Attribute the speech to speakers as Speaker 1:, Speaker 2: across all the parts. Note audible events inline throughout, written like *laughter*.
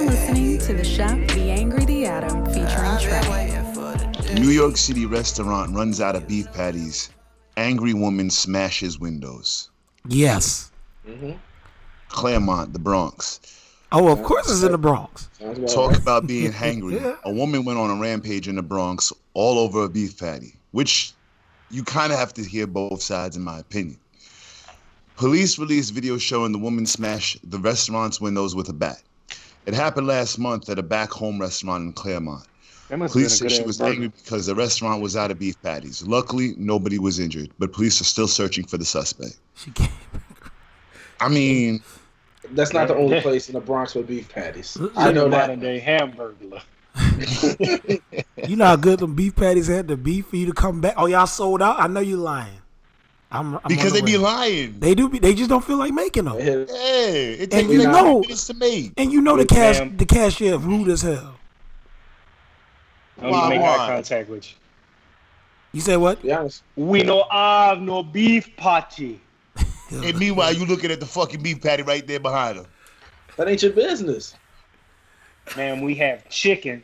Speaker 1: to the shop The Angry The Atom
Speaker 2: Ah,
Speaker 1: featuring Trey.
Speaker 2: New York City restaurant runs out of beef patties. Angry woman smashes windows.
Speaker 3: Yes.
Speaker 2: Claremont, the Bronx.
Speaker 3: Oh, of course it's in the Bronx.
Speaker 4: Sounds about
Speaker 2: Talk
Speaker 4: right.
Speaker 2: about being
Speaker 3: *laughs*
Speaker 2: hangry. A woman went on a rampage in the Bronx all over a beef patty, which you kind of have to hear both sides, in my opinion. Police released video showing the woman smash the restaurant's windows with a bat. It happened last month at a back home restaurant in Claremont.
Speaker 4: That must have
Speaker 2: Police
Speaker 4: been
Speaker 2: said
Speaker 4: a
Speaker 2: she
Speaker 4: good-ass
Speaker 2: was
Speaker 4: burger.
Speaker 2: angry because the restaurant was out of beef patties. Luckily, nobody was injured, but police are still searching for the suspect.
Speaker 3: She came.
Speaker 2: I mean,
Speaker 4: That's not the only place in the Bronx with beef patties. I
Speaker 5: I
Speaker 4: know
Speaker 5: modern
Speaker 4: that.
Speaker 5: day hamburger.
Speaker 3: You know how good them beef patties had to be for you to come back. Oh, y'all sold out. I know you lying. I'm, I'm on
Speaker 2: because
Speaker 3: the
Speaker 2: they be
Speaker 3: way.
Speaker 2: lying.
Speaker 3: They do. Be, they just don't feel like making them.
Speaker 4: Hit-
Speaker 2: Hey, it takes
Speaker 3: you
Speaker 2: like
Speaker 3: know-
Speaker 2: five minutes to make.
Speaker 3: And you know the
Speaker 5: Yes,
Speaker 3: cash.
Speaker 5: ma'am.
Speaker 3: The cashier rude as hell.
Speaker 5: Don't
Speaker 2: Why,
Speaker 5: even make
Speaker 2: why?
Speaker 5: eye contact with
Speaker 3: You say what?
Speaker 4: Be honest.
Speaker 5: you. We no have no beef patty.
Speaker 2: And meanwhile, you looking at the fucking beef patty right there behind them.
Speaker 4: That ain't your business.
Speaker 5: Man, we have chicken.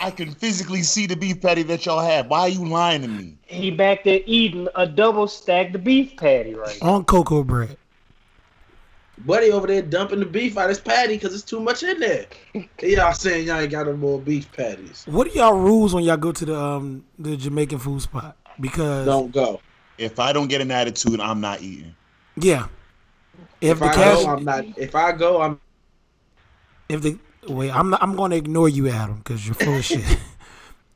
Speaker 2: I can physically see the beef patty that y'all have. Why are you lying to me?
Speaker 5: He back there eating a double stacked beef patty right now.
Speaker 3: On cocoa bread.
Speaker 4: Buddy over there dumping the beef out his patty because it's too much in there. y'all saying y'all ain't got no more beef patties.
Speaker 3: What are y'all rules when y'all go to the um the Jamaican food spot? Because
Speaker 4: Don't go.
Speaker 2: If I don't get an attitude, I'm not eating.
Speaker 3: yeah, if,
Speaker 4: If
Speaker 3: the
Speaker 4: I
Speaker 3: cash,
Speaker 4: go, I'm not. If I go, I'm. *laughs*
Speaker 3: if the wait, I'm not, I'm going to ignore you, Adam, because you're full of shit. *laughs*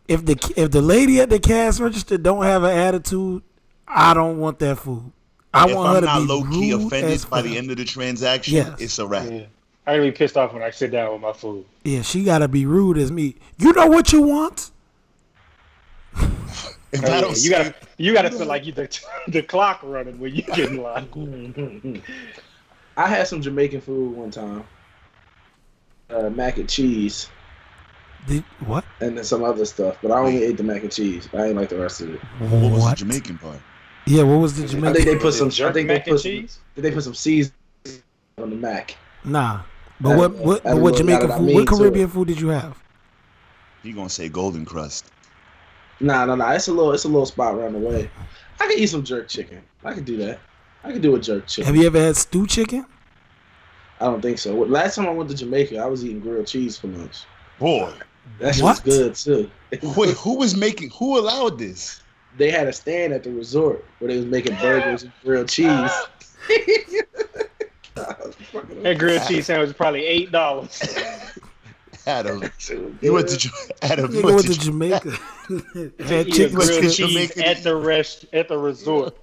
Speaker 3: If the if the lady at the cash register don't have an attitude, I don't want that food. I
Speaker 2: if
Speaker 3: want her
Speaker 2: I'm not
Speaker 3: to be
Speaker 2: low key
Speaker 3: rude
Speaker 2: offended
Speaker 3: as
Speaker 2: by
Speaker 3: fuck.
Speaker 2: the end of the transaction,
Speaker 3: Yes.
Speaker 2: it's a wrap.
Speaker 5: Yeah. I gotta be pissed off when I sit down with my food.
Speaker 3: Yeah, she gotta be rude as me. You know what you want?
Speaker 2: If
Speaker 5: Oh,
Speaker 2: I
Speaker 5: yeah.
Speaker 2: don't
Speaker 5: You gotta, you gotta feel like you the, *laughs* the clock running when you get in line.
Speaker 4: I had some Jamaican food one time. Uh, mac and cheese
Speaker 3: Did, what?
Speaker 4: and then some other stuff, but I only ate the mac and cheese. I ain't like the rest of it.
Speaker 2: what was the Jamaican part?
Speaker 3: Yeah, what was the
Speaker 4: I think
Speaker 3: Jamaican?
Speaker 4: they put some. I
Speaker 5: Jerk
Speaker 4: think they
Speaker 5: mac and
Speaker 4: put some.
Speaker 5: cheese?
Speaker 4: Did they put some seasoning on the mac?
Speaker 3: Nah, but
Speaker 4: I-
Speaker 3: what what
Speaker 4: I
Speaker 3: but what
Speaker 4: don't know
Speaker 3: Jamaican
Speaker 4: what I
Speaker 3: food?
Speaker 4: mean
Speaker 3: What
Speaker 4: to
Speaker 3: Caribbean food did you have?
Speaker 2: He gonna say golden crust.
Speaker 4: Nah, nah, nah. It's a little. It's a little spot around the way. I could eat some jerk chicken. I could do that. I could do a jerk chicken.
Speaker 3: Have you ever had stew chicken?
Speaker 2: *laughs*
Speaker 4: I don't think so. Last time I went to Jamaica, I was eating grilled cheese for lunch.
Speaker 2: Boy,
Speaker 4: That shit was
Speaker 3: What?
Speaker 4: good too.
Speaker 2: wait, who was making? Who allowed this? *laughs*
Speaker 4: They had a stand at the resort where they was making burgers and grilled cheese.
Speaker 5: That grilled cheese sandwich was probably eight dollars.
Speaker 2: Adam, you went to Ja- *laughs* Adam.
Speaker 3: You
Speaker 2: You
Speaker 3: go
Speaker 2: went
Speaker 3: to
Speaker 2: to *laughs*
Speaker 3: Jamaica. *laughs* had
Speaker 5: Eat a
Speaker 3: chicken
Speaker 5: grilled
Speaker 3: strips.
Speaker 5: cheese
Speaker 2: Jamaican-
Speaker 5: at the rest at the resort.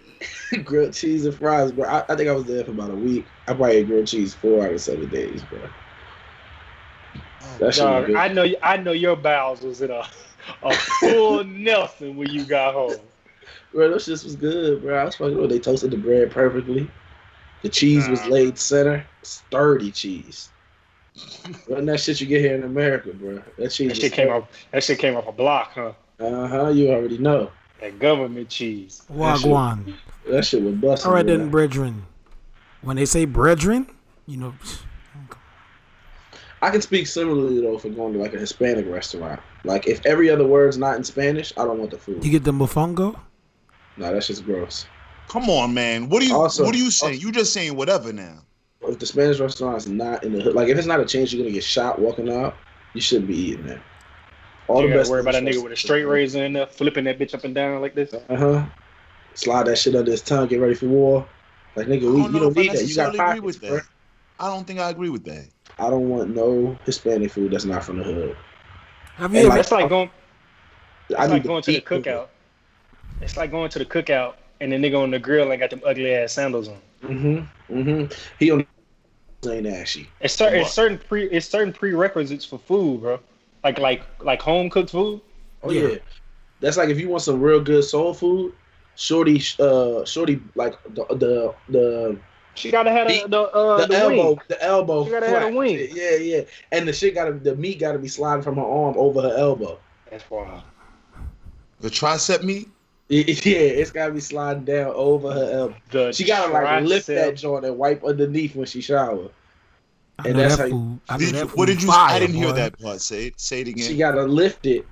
Speaker 4: *laughs* grilled cheese and fries, bro. I, I think I was there for about a week. I probably ate grilled cheese four out of seven days, bro. That shit was
Speaker 5: Dog,
Speaker 4: good.
Speaker 5: I know I know your bowels was in a
Speaker 4: *laughs*
Speaker 5: a full Nelson when you got home.
Speaker 4: Bro, those shits was good, bro. I was fucking with. They toasted the bread perfectly. The cheese was
Speaker 5: Nah.
Speaker 4: laid center, sturdy cheese. Wasn't that shit you get here in America, bro? That cheese.
Speaker 5: That shit came off that shit came off a block, huh?
Speaker 4: Uh huh. You already know.
Speaker 5: That government cheese.
Speaker 3: Wagwan.
Speaker 4: That shit was busting.
Speaker 3: All right
Speaker 4: bro.
Speaker 3: then, brethren. When they say brethren, you know,
Speaker 4: I can speak similarly though for going to like a Hispanic restaurant. Like if every other word's not in Spanish, I don't want the food.
Speaker 3: you get the mofongo.
Speaker 4: No, that's just gross.
Speaker 2: Come on, man. What are you?
Speaker 4: Also-
Speaker 2: what are you saying? You just saying whatever now.
Speaker 4: If the Spanish restaurant is not in the hood, like if it's not a change, you're gonna get shot walking out. You shouldn't be eating there. All the
Speaker 5: you gotta
Speaker 4: best.
Speaker 5: worry about a nigga with a straight razor in there, flipping that bitch up and down like this.
Speaker 4: Uh huh. Slide that shit under his tongue. Get ready for war. Like nigga,
Speaker 2: I
Speaker 4: we,
Speaker 2: don't
Speaker 4: you
Speaker 2: know
Speaker 4: don't
Speaker 2: if I
Speaker 4: need that. You got
Speaker 2: necessarily agree
Speaker 4: pockets,
Speaker 2: with
Speaker 4: bro.
Speaker 2: that. I don't think I agree with that.
Speaker 4: I don't want no Hispanic food that's not from the hood.
Speaker 3: Have
Speaker 4: And
Speaker 3: you ever?
Speaker 5: That's like going
Speaker 4: I
Speaker 5: it's
Speaker 4: need
Speaker 5: like going to the
Speaker 4: eat food.
Speaker 5: cookout. It's like going to the cookout and the nigga on the grill ain't got them ugly ass sandals on.
Speaker 4: Mm-hmm. Mm-hmm. He on ain't ashy.
Speaker 5: It's certain
Speaker 2: What?
Speaker 5: it's certain pre it's certain prerequisites for food, bro. Like like like home cooked food.
Speaker 4: Oh
Speaker 3: Yeah.
Speaker 4: yeah. That's like if you want some real good soul food, shorty, sh- uh, shorty, like the the the,
Speaker 5: She gotta have
Speaker 4: The-
Speaker 5: the the, uh,
Speaker 4: the,
Speaker 5: the,
Speaker 4: elbow,
Speaker 5: wing.
Speaker 4: the elbow.
Speaker 5: You gotta have a
Speaker 4: flat.
Speaker 5: wing.
Speaker 4: Yeah, yeah. And the shit gotta, the meat gotta be sliding from her arm over her elbow. *laughs*
Speaker 5: That's wild.
Speaker 2: The tricep meat.
Speaker 4: Y- Yeah, it's gotta be sliding down over her elbow.
Speaker 5: The
Speaker 4: She gotta like lift
Speaker 5: tricep
Speaker 4: that joint and wipe underneath when she shower.
Speaker 3: I
Speaker 4: And
Speaker 3: know
Speaker 4: that's
Speaker 3: that
Speaker 4: how you-
Speaker 3: food. I know
Speaker 2: Did you,
Speaker 3: that
Speaker 2: what
Speaker 3: food
Speaker 2: did you? I
Speaker 3: fire,
Speaker 2: didn't hear
Speaker 3: boy.
Speaker 2: that part. Say it. Say it again.
Speaker 4: She gotta lift it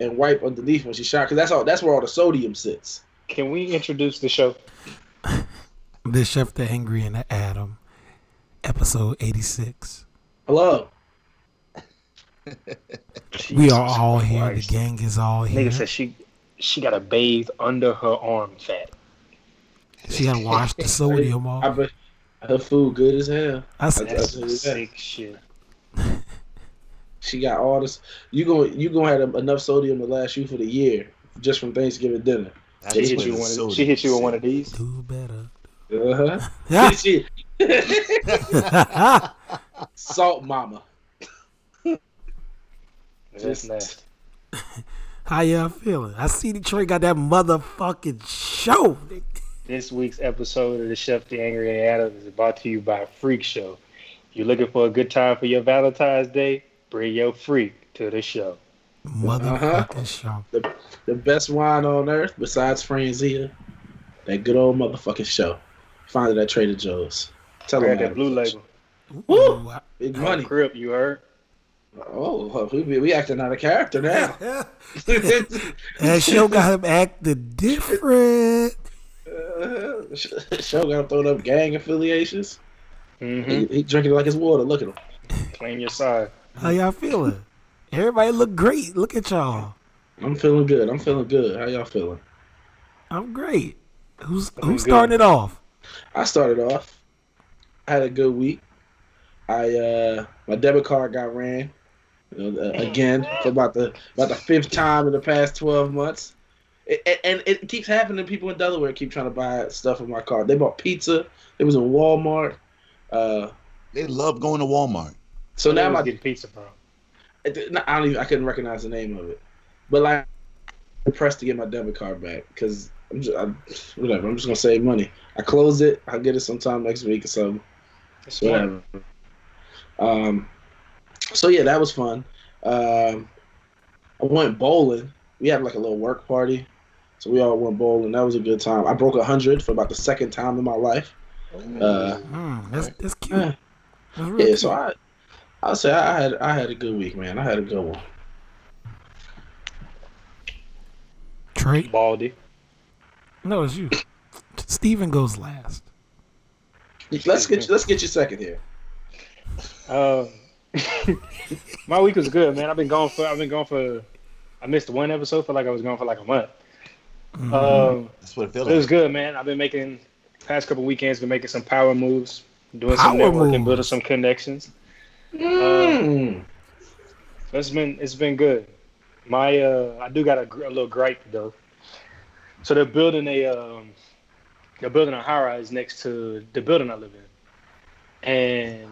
Speaker 4: and wipe underneath when she shot, cause that's all. That's where all the sodium sits.
Speaker 5: Can we introduce the show?
Speaker 3: The Chef the Angry and the Adam, episode 86.
Speaker 4: Hello.
Speaker 3: we
Speaker 5: Jesus
Speaker 3: are all here.
Speaker 5: Christ.
Speaker 3: The gang is all here.
Speaker 5: Nigga said she she got to bathe under her arm fat.
Speaker 3: she had washed the sodium
Speaker 4: I
Speaker 3: off.
Speaker 4: bet her food good as hell.
Speaker 3: I said,
Speaker 5: That's
Speaker 4: That's
Speaker 5: some
Speaker 4: what it
Speaker 5: sick shit.
Speaker 4: She got all this. You going you gonna have enough sodium to last you for the year just from Thanksgiving dinner.
Speaker 2: That's
Speaker 5: She hit
Speaker 2: where the
Speaker 5: you with one. Of,
Speaker 2: soda
Speaker 5: she hit you with
Speaker 2: sit.
Speaker 5: one of these.
Speaker 3: do better. *laughs*
Speaker 4: Uh huh.
Speaker 3: Yeah.
Speaker 4: *laughs* She- Salt mama.
Speaker 5: That's nasty.
Speaker 3: How y'all feeling? I see Detroit got that motherfucking show.
Speaker 5: This week's episode of the Chef the Angry and Adam is brought to you by Freak Show. You're looking for a good time for your Valentine's Day? Bring your freak to the show.
Speaker 3: Motherfucking show.
Speaker 4: The the best wine on earth besides Franzia. That good old motherfucking show. Find it at Trader Joe's. Tell
Speaker 5: I
Speaker 4: them
Speaker 5: got that blue
Speaker 4: about it.
Speaker 5: label.
Speaker 3: Ooh, I-
Speaker 4: Big
Speaker 5: Money.
Speaker 4: money.
Speaker 5: Crip, you heard?
Speaker 4: Oh, we, we acting out of character now.
Speaker 3: that show got him acting different.
Speaker 4: *laughs* Uh, Show got him throwing up gang affiliations.
Speaker 5: Mm-hmm.
Speaker 4: He, he drinking like it's water. Look at him.
Speaker 5: Claim your side.
Speaker 3: *laughs* How y'all feeling? Everybody look great. Look at y'all.
Speaker 4: I'm feeling good. I'm feeling good. How y'all feeling?
Speaker 3: I'm great. Who's
Speaker 5: Doing
Speaker 3: who's starting
Speaker 5: good.
Speaker 3: it off?
Speaker 4: I started off. I had a good week. I uh my debit card got ran you know, uh, again for about the about the fifth time in the past twelve months. It, it- and it keeps happening. People in Delaware keep trying to buy stuff with my card. They bought pizza. It was in Walmart. Uh,
Speaker 2: They love going to Walmart.
Speaker 4: so now
Speaker 5: Where was
Speaker 4: my
Speaker 5: getting pizza from?
Speaker 4: It did- I don't even. I couldn't recognize the name of it, but like, I'm pressed to get my debit card back because I'm just I, whatever. I'm just gonna save money. I close it. I'll get it sometime next week or something.
Speaker 5: It's one.
Speaker 4: Whatever. Um, so yeah, that was fun. Um, I went bowling. We had like a little work party, so we all went bowling. That was a good time. I broke hundred for about the second time in my life. Uh,
Speaker 3: Mm, that's that's cute.
Speaker 4: yeah,
Speaker 3: That's real
Speaker 4: yeah.
Speaker 3: cute.
Speaker 4: So I, I'll say I had I had a good week, man. I had a good one.
Speaker 3: Trey,
Speaker 5: Baldy.
Speaker 3: no, it's you. Steven goes last.
Speaker 4: Let's get let's get you second here.
Speaker 5: Uh, *laughs* my week was good, man. I've been gone for I've been gone for I missed one episode. Felt like I was gone for like a month.
Speaker 3: Mm-hmm.
Speaker 5: Um,
Speaker 2: That's what it feels
Speaker 5: but it was
Speaker 2: like.
Speaker 5: good, man. I've been making past couple weekends. Been making some power moves, doing some
Speaker 3: Power
Speaker 5: networking,
Speaker 3: moves.
Speaker 5: building some connections.
Speaker 4: Mm.
Speaker 5: So it's been it's been good. My uh, I do got a, gr- a little gripe though. So they're building a um, they're building a high rise next to the building I live in, and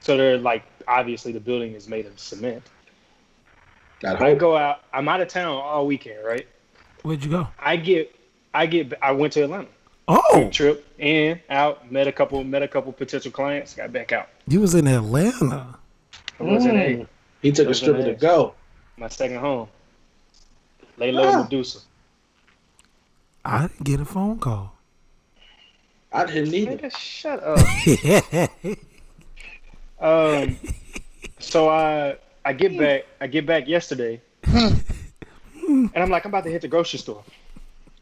Speaker 5: so they're like obviously the building is made of cement.
Speaker 4: Got
Speaker 5: I
Speaker 4: hope.
Speaker 5: go out. I'm out of town all weekend, right?
Speaker 3: Where'd you go?
Speaker 5: I get I get I went to Atlanta
Speaker 3: Oh,
Speaker 5: trip in out met a couple met a couple potential clients got back out.
Speaker 3: you was in Atlanta.
Speaker 5: I was in a,
Speaker 4: He took a
Speaker 5: Those
Speaker 4: stripper
Speaker 5: are
Speaker 4: to
Speaker 5: nice.
Speaker 4: go.
Speaker 5: my second home. Lay low
Speaker 4: Ah.
Speaker 5: Medusa.
Speaker 3: I didn't get a phone call. *laughs*
Speaker 4: I didn't either.
Speaker 5: Nigga, shut up. Um, so I I get back I get back yesterday, and I'm like I'm about to hit the grocery store.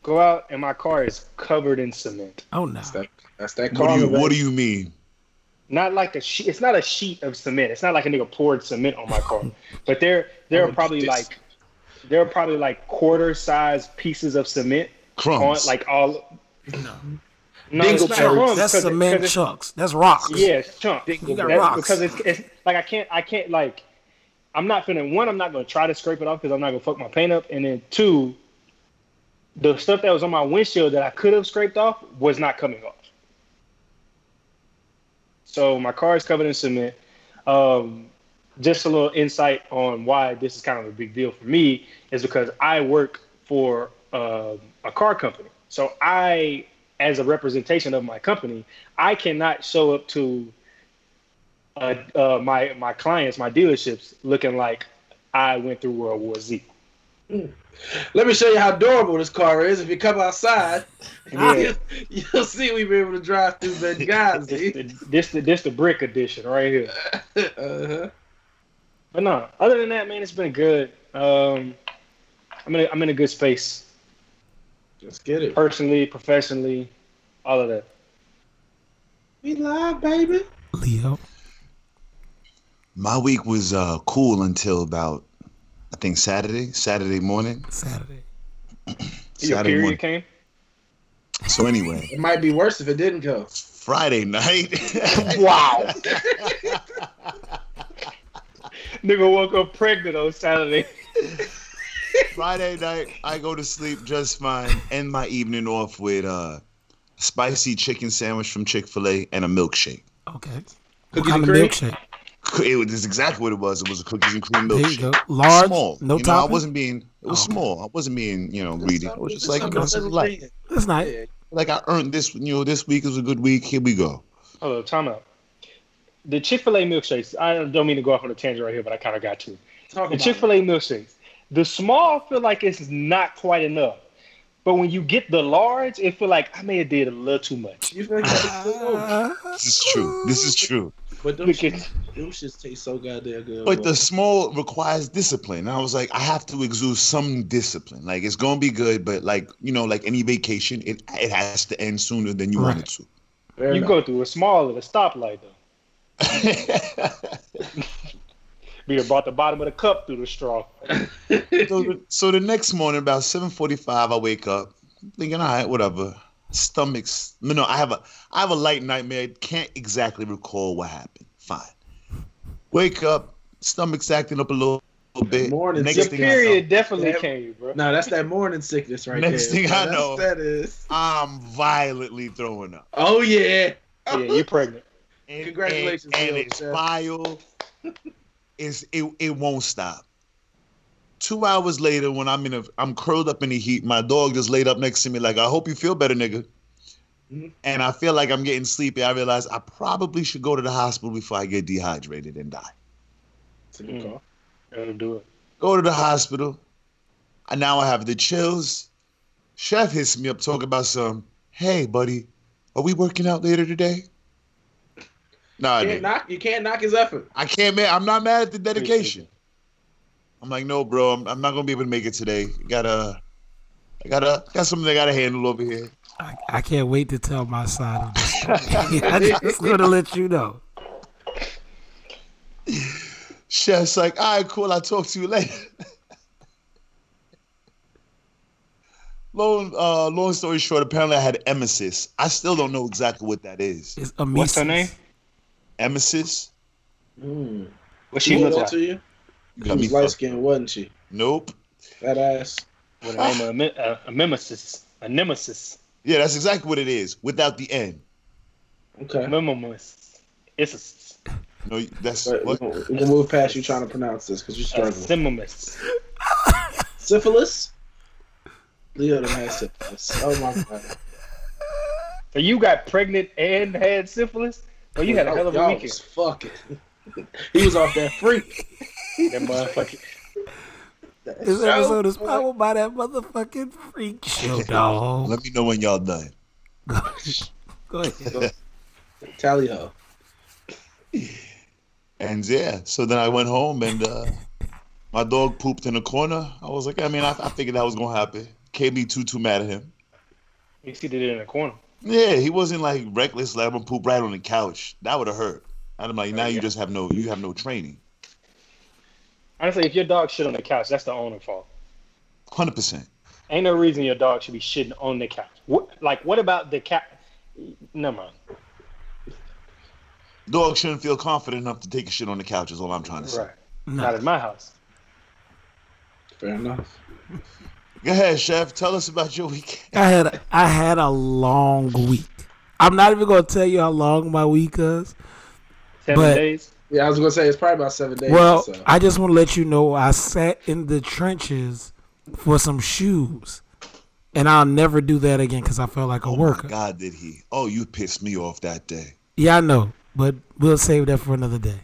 Speaker 5: Go out and my car is covered in cement.
Speaker 3: oh no.
Speaker 4: That's that, that's that
Speaker 2: What
Speaker 4: car.
Speaker 2: do you What do you mean?
Speaker 5: Not like a she- it's not a sheet of cement. It's not like a nigga poured cement on my car. But there there
Speaker 3: Oh,
Speaker 5: are probably like there are probably like quarter size pieces of cement
Speaker 3: Oh,
Speaker 5: on
Speaker 2: Crumbs.
Speaker 5: like all. No, it's not
Speaker 4: Dingleberries.
Speaker 5: crumbs,
Speaker 3: That's
Speaker 5: 'cause it-
Speaker 3: cement
Speaker 5: 'cause it-
Speaker 3: chunks. That's rocks.
Speaker 5: Yeah, it's chunk.
Speaker 3: You got
Speaker 5: That's
Speaker 3: rocks.
Speaker 5: Because it's, it's like I can't, I can't like, I'm not finna. One, I'm not gonna try to scrape it off because I'm not gonna fuck my paint up. And then two, the stuff that was on my windshield that I could have scraped off was not coming off. So my car is covered in cement. Um, just a little insight on why this is kind of a big deal for me is because I work for um a car company. So I, as a representation of my company, I cannot show up to uh, uh, my my clients, my dealerships, looking like I went through World War Z.
Speaker 4: Let me show you how durable this car is. If you come
Speaker 5: *laughs*
Speaker 4: outside,
Speaker 5: Yeah.
Speaker 4: you'll, *laughs* you'll see we've been able to drive through
Speaker 5: this, *laughs*
Speaker 4: Benghazi. *laughs*
Speaker 5: the, this, the, this the brick edition right here.
Speaker 4: uh-huh.
Speaker 5: But no, other than that, man, it's been good. Um, I'm in a, I'm in a good space
Speaker 4: Let's get it.
Speaker 5: personally, professionally, all of that.
Speaker 4: We live, baby.
Speaker 3: Leo.
Speaker 2: My week was uh, cool until about, I think Saturday, Saturday morning.
Speaker 3: Saturday.
Speaker 5: Your
Speaker 2: Saturday
Speaker 5: period
Speaker 2: morning.
Speaker 5: came.
Speaker 2: So anyway,
Speaker 4: It might be worse if it didn't go.
Speaker 2: Friday night.
Speaker 5: *laughs*
Speaker 2: *laughs*
Speaker 5: Wow. Nigga woke up pregnant on Saturday. *laughs*
Speaker 2: Friday night, I go to sleep just fine. End my evening off with uh, spicy chicken sandwich from Chick Fil A and a milkshake.
Speaker 3: Okay.
Speaker 4: Cookies
Speaker 3: what kind
Speaker 4: and
Speaker 3: of
Speaker 4: cream?
Speaker 3: milkshake?
Speaker 2: *laughs* It was this is exactly what it was. It was a cookies and cream
Speaker 3: There you
Speaker 2: milkshake.
Speaker 3: go. Large.
Speaker 2: small.
Speaker 3: No Oh.
Speaker 2: you know, I
Speaker 3: topping.
Speaker 2: wasn't being. It was
Speaker 3: Okay.
Speaker 2: small. I wasn't being, you know, greedy. I was just like, you know,
Speaker 4: Something
Speaker 2: this is
Speaker 4: to
Speaker 2: life.
Speaker 4: read.
Speaker 3: That's not.
Speaker 4: Yeah.
Speaker 2: Like I earned this. You know, this week is a good week. Here we go.
Speaker 5: Hold on, time out. The Chick Fil A milkshakes. I don't mean to go off on a tangent right here, but I kind of got to.
Speaker 4: Talk
Speaker 5: The
Speaker 4: about
Speaker 5: Chick Fil
Speaker 4: it.
Speaker 5: A milkshakes. The small feel like it's not quite enough, but when you get the large, it feel like I may have did a little too much.
Speaker 4: You feel like
Speaker 5: Ah.
Speaker 4: uh,
Speaker 2: This is true. This is true.
Speaker 4: but them
Speaker 5: Look
Speaker 4: shits,
Speaker 5: at-
Speaker 4: them shits taste so goddamn good.
Speaker 2: But
Speaker 4: boy.
Speaker 2: the small requires discipline. And I was like, I have to exude some discipline. Like it's gonna be good, but like you know, like any vacation, it it has to end sooner than you want it to.
Speaker 4: Fair *laughs*
Speaker 5: you
Speaker 4: enough.
Speaker 5: go through a small at a stoplight though.
Speaker 2: *laughs*
Speaker 5: Be brought the bottom of the cup through the straw.
Speaker 2: so, the, so the next morning, about seven forty-five, I wake up thinking, all right, whatever. Stomachs. No, no, I have a I have a light nightmare. Can't exactly recall what happened. Fine. Wake up, stomach's acting up a little, little bit.
Speaker 4: Morning,
Speaker 2: Next
Speaker 5: Your
Speaker 2: thing I know,
Speaker 5: period definitely
Speaker 4: Yeah.
Speaker 5: came,
Speaker 4: *laughs*
Speaker 5: bro.
Speaker 4: No, that's that morning sickness right
Speaker 2: Next
Speaker 4: there.
Speaker 2: thing I
Speaker 4: That's-
Speaker 2: know.
Speaker 4: that is.
Speaker 2: I'm violently throwing up.
Speaker 4: Oh *laughs* yeah.
Speaker 5: Yeah, you're pregnant.
Speaker 2: and,
Speaker 4: Congratulations,
Speaker 2: and, and
Speaker 4: Lil
Speaker 2: it's
Speaker 4: Chef.
Speaker 2: vile. It's it it won't stop. Two hours later, when I'm in a I'm curled up in the heat, my dog just laid up next to me like, I hope you feel better, nigga.
Speaker 4: Mhm.
Speaker 2: And I feel like I'm getting sleepy. I realize I probably should go to the hospital before I get dehydrated and die.
Speaker 4: It's a good
Speaker 5: Mm.
Speaker 4: call.
Speaker 5: That'll do it.
Speaker 2: Go to the hospital. And now I have the chills. Chef hits me up talking about some, hey buddy, are we working out later today? Nah,
Speaker 4: You
Speaker 2: nigga.
Speaker 4: can't knock. You can't knock his effort.
Speaker 2: I can't man. I'm not mad at the dedication. I'm like, no, bro. I'm, I'm not gonna be able to make it today. Got to I gotta got something I gotta handle over here.
Speaker 3: I, I can't wait to tell my side of this. story. *laughs* I just gonna let you know.
Speaker 2: Chef's like, all right, cool. I'll talk to you later. *laughs* long uh, long story short, apparently I had emesis. I still don't know exactly what that is.
Speaker 3: It's a
Speaker 5: What's her name?
Speaker 2: Emesis?
Speaker 4: Mm.
Speaker 5: What
Speaker 4: She
Speaker 5: she
Speaker 4: did
Speaker 5: look
Speaker 4: that
Speaker 5: like?
Speaker 4: to you.
Speaker 2: You
Speaker 4: She
Speaker 2: got me.
Speaker 4: was light
Speaker 2: fucked.
Speaker 4: skinned, wasn't she?
Speaker 2: Nope.
Speaker 4: That ass.
Speaker 5: With a name of a, me- a, a nemesis. A nemesis.
Speaker 2: Yeah, that's exactly what it is. Without the N.
Speaker 4: Okay.
Speaker 5: Nemesis. It's
Speaker 2: No, you- that's
Speaker 4: But we're
Speaker 2: what?
Speaker 4: gonna, we're gonna move past you trying to pronounce this because you're
Speaker 5: a, a
Speaker 4: struggling.
Speaker 5: simimus.
Speaker 4: syphilis. Leo done had syphilis. Oh my *laughs* god.
Speaker 5: So you got pregnant and had syphilis? Well, you had a hell of a
Speaker 4: Y'all
Speaker 5: weekend.
Speaker 4: Was fucking. *laughs* he was off that freak.
Speaker 5: That motherfucker.
Speaker 3: This episode is powered by that motherfucking freak show, dog.
Speaker 2: Let me know when y'all done.
Speaker 3: Go ahead.
Speaker 4: Tally ho.
Speaker 2: And yeah, so then I went home and uh, my dog pooped in the corner. I was like, I mean, I, I figured that was gonna happen. Can't be too too mad at him.
Speaker 5: You see, did it in the corner.
Speaker 2: Yeah, he wasn't like reckless. Like I'm gonna poop right on the couch. That would have hurt. And I'm like, now you just have no you have no training.
Speaker 5: Honestly, if your dog shit on the couch, that's the owner's fault.
Speaker 2: Hundred percent.
Speaker 5: Ain't no reason your dog should be shitting on the couch. What, like, what about the cat? Never mind.
Speaker 2: Dog shouldn't feel confident enough to take a shit on the couch. Is all I'm trying to say.
Speaker 5: Right. Not
Speaker 3: No,
Speaker 5: at my house.
Speaker 4: Fair enough.
Speaker 2: Go ahead, chef. Tell us about your weekend.
Speaker 3: I had a, I had a long week. I'm not even gonna tell you how long my week was.
Speaker 5: Seven
Speaker 3: But-
Speaker 5: days.
Speaker 4: Yeah, I was gonna say it's probably about seven days.
Speaker 3: Well,
Speaker 4: so.
Speaker 3: I just want to let you know I sat in the trenches for some shoes, and I'll never do that again because I felt like a
Speaker 2: Oh my
Speaker 3: worker.
Speaker 2: God, did he? Oh, you pissed me off that day.
Speaker 3: Yeah, I know, but we'll save that for another day.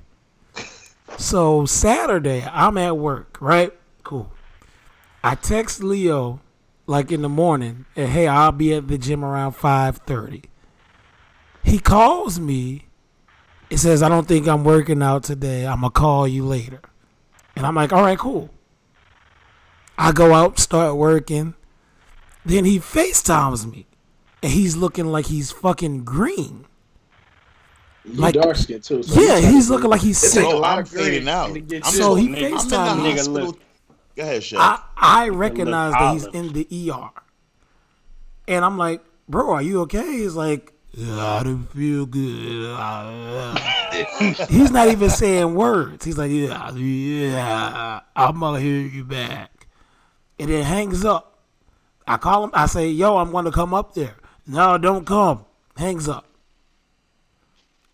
Speaker 3: So Saturday, I'm at work, right? Cool. I text Leo like in the morning, and hey, I'll be at the gym around five thirty. He calls me. It says I don't think I'm working out today. I'm gonna call you later, and I'm like, all right, cool. I go out, start working. Then he FaceTimes me, and he's looking like he's fucking green.
Speaker 4: You
Speaker 3: Like-
Speaker 4: dark skin too. so
Speaker 3: Yeah,
Speaker 4: you-
Speaker 3: he's looking like he's
Speaker 4: It's like
Speaker 3: sick.
Speaker 4: a
Speaker 2: Bro,
Speaker 4: lot
Speaker 2: I'm
Speaker 4: of green
Speaker 2: fading out.
Speaker 4: to
Speaker 2: I'm,
Speaker 4: get
Speaker 2: I'm,
Speaker 4: you.
Speaker 3: So he
Speaker 2: in the
Speaker 3: FaceTimed me.
Speaker 2: hospital. Go ahead, Chef.
Speaker 3: I I recognize that he's
Speaker 5: olive.
Speaker 3: in the ER, and I'm like, bro, are you okay? He's like, "Yeah, I don't feel good. *laughs* Uh, he's not even saying words. He's like, yeah, yeah, I'm gonna hear you back, and then hangs up. I call him. I say, yo, I'm gonna come up there. No, don't come. Hangs up.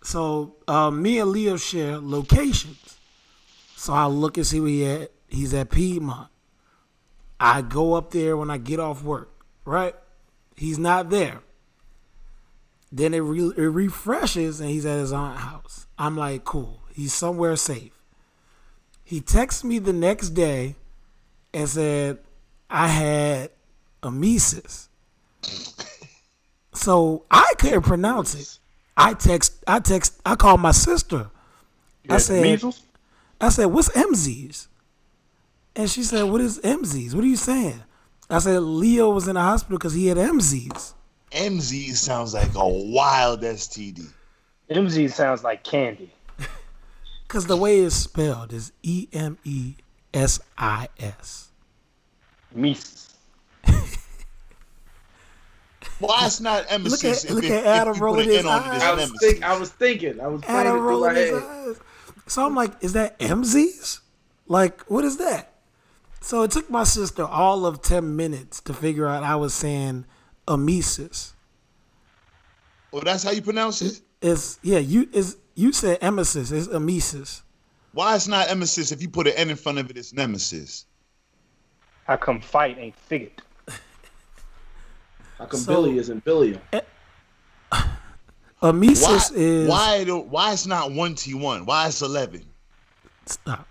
Speaker 3: So uh, me and Leo share locations. So I look and see where he at. He's at Piedmont. I go up there when I get off work, right? He's not there. Then it, re- it refreshes and he's at his aunt's house. I'm like, cool. He's somewhere safe. He texts me the next day and said, I had emesis. So I couldn't pronounce it. I text, I text, I called my sister. I
Speaker 5: That's
Speaker 3: said,
Speaker 5: measles.
Speaker 3: I said, "What's MZ's?" And she said, "What is MZ's? What are you saying?" I said, "Leo was in the hospital because he had MZ's."
Speaker 2: MZ sounds like a wild STD.
Speaker 5: MZ sounds like candy.
Speaker 3: Because the way it's spelled is E M E S I S.
Speaker 5: Measles.
Speaker 2: Why it's not
Speaker 3: Look
Speaker 2: emesis?
Speaker 3: at- look at Adam rolling his eyes.
Speaker 4: I was, think, I was thinking. I was playing it
Speaker 3: Adam
Speaker 4: through my
Speaker 3: rolling his
Speaker 4: head.
Speaker 3: eyes. So I'm like, "Is that MZ's? Like, what is that?" So it took my sister all of ten minutes to figure out I was saying emesis.
Speaker 2: Oh, that's how you pronounce it.
Speaker 3: It's yeah, you is you said emesis. It's emesis.
Speaker 2: Why it's not emesis? If you put an N in front of it, it's nemesis.
Speaker 5: How come fight ain't figured?
Speaker 4: How come
Speaker 3: So-
Speaker 4: Billy isn't Billy?
Speaker 2: Why?
Speaker 3: Emesis is
Speaker 2: Why? Don't, why it's not one T one? Why it's eleven?
Speaker 3: Stop.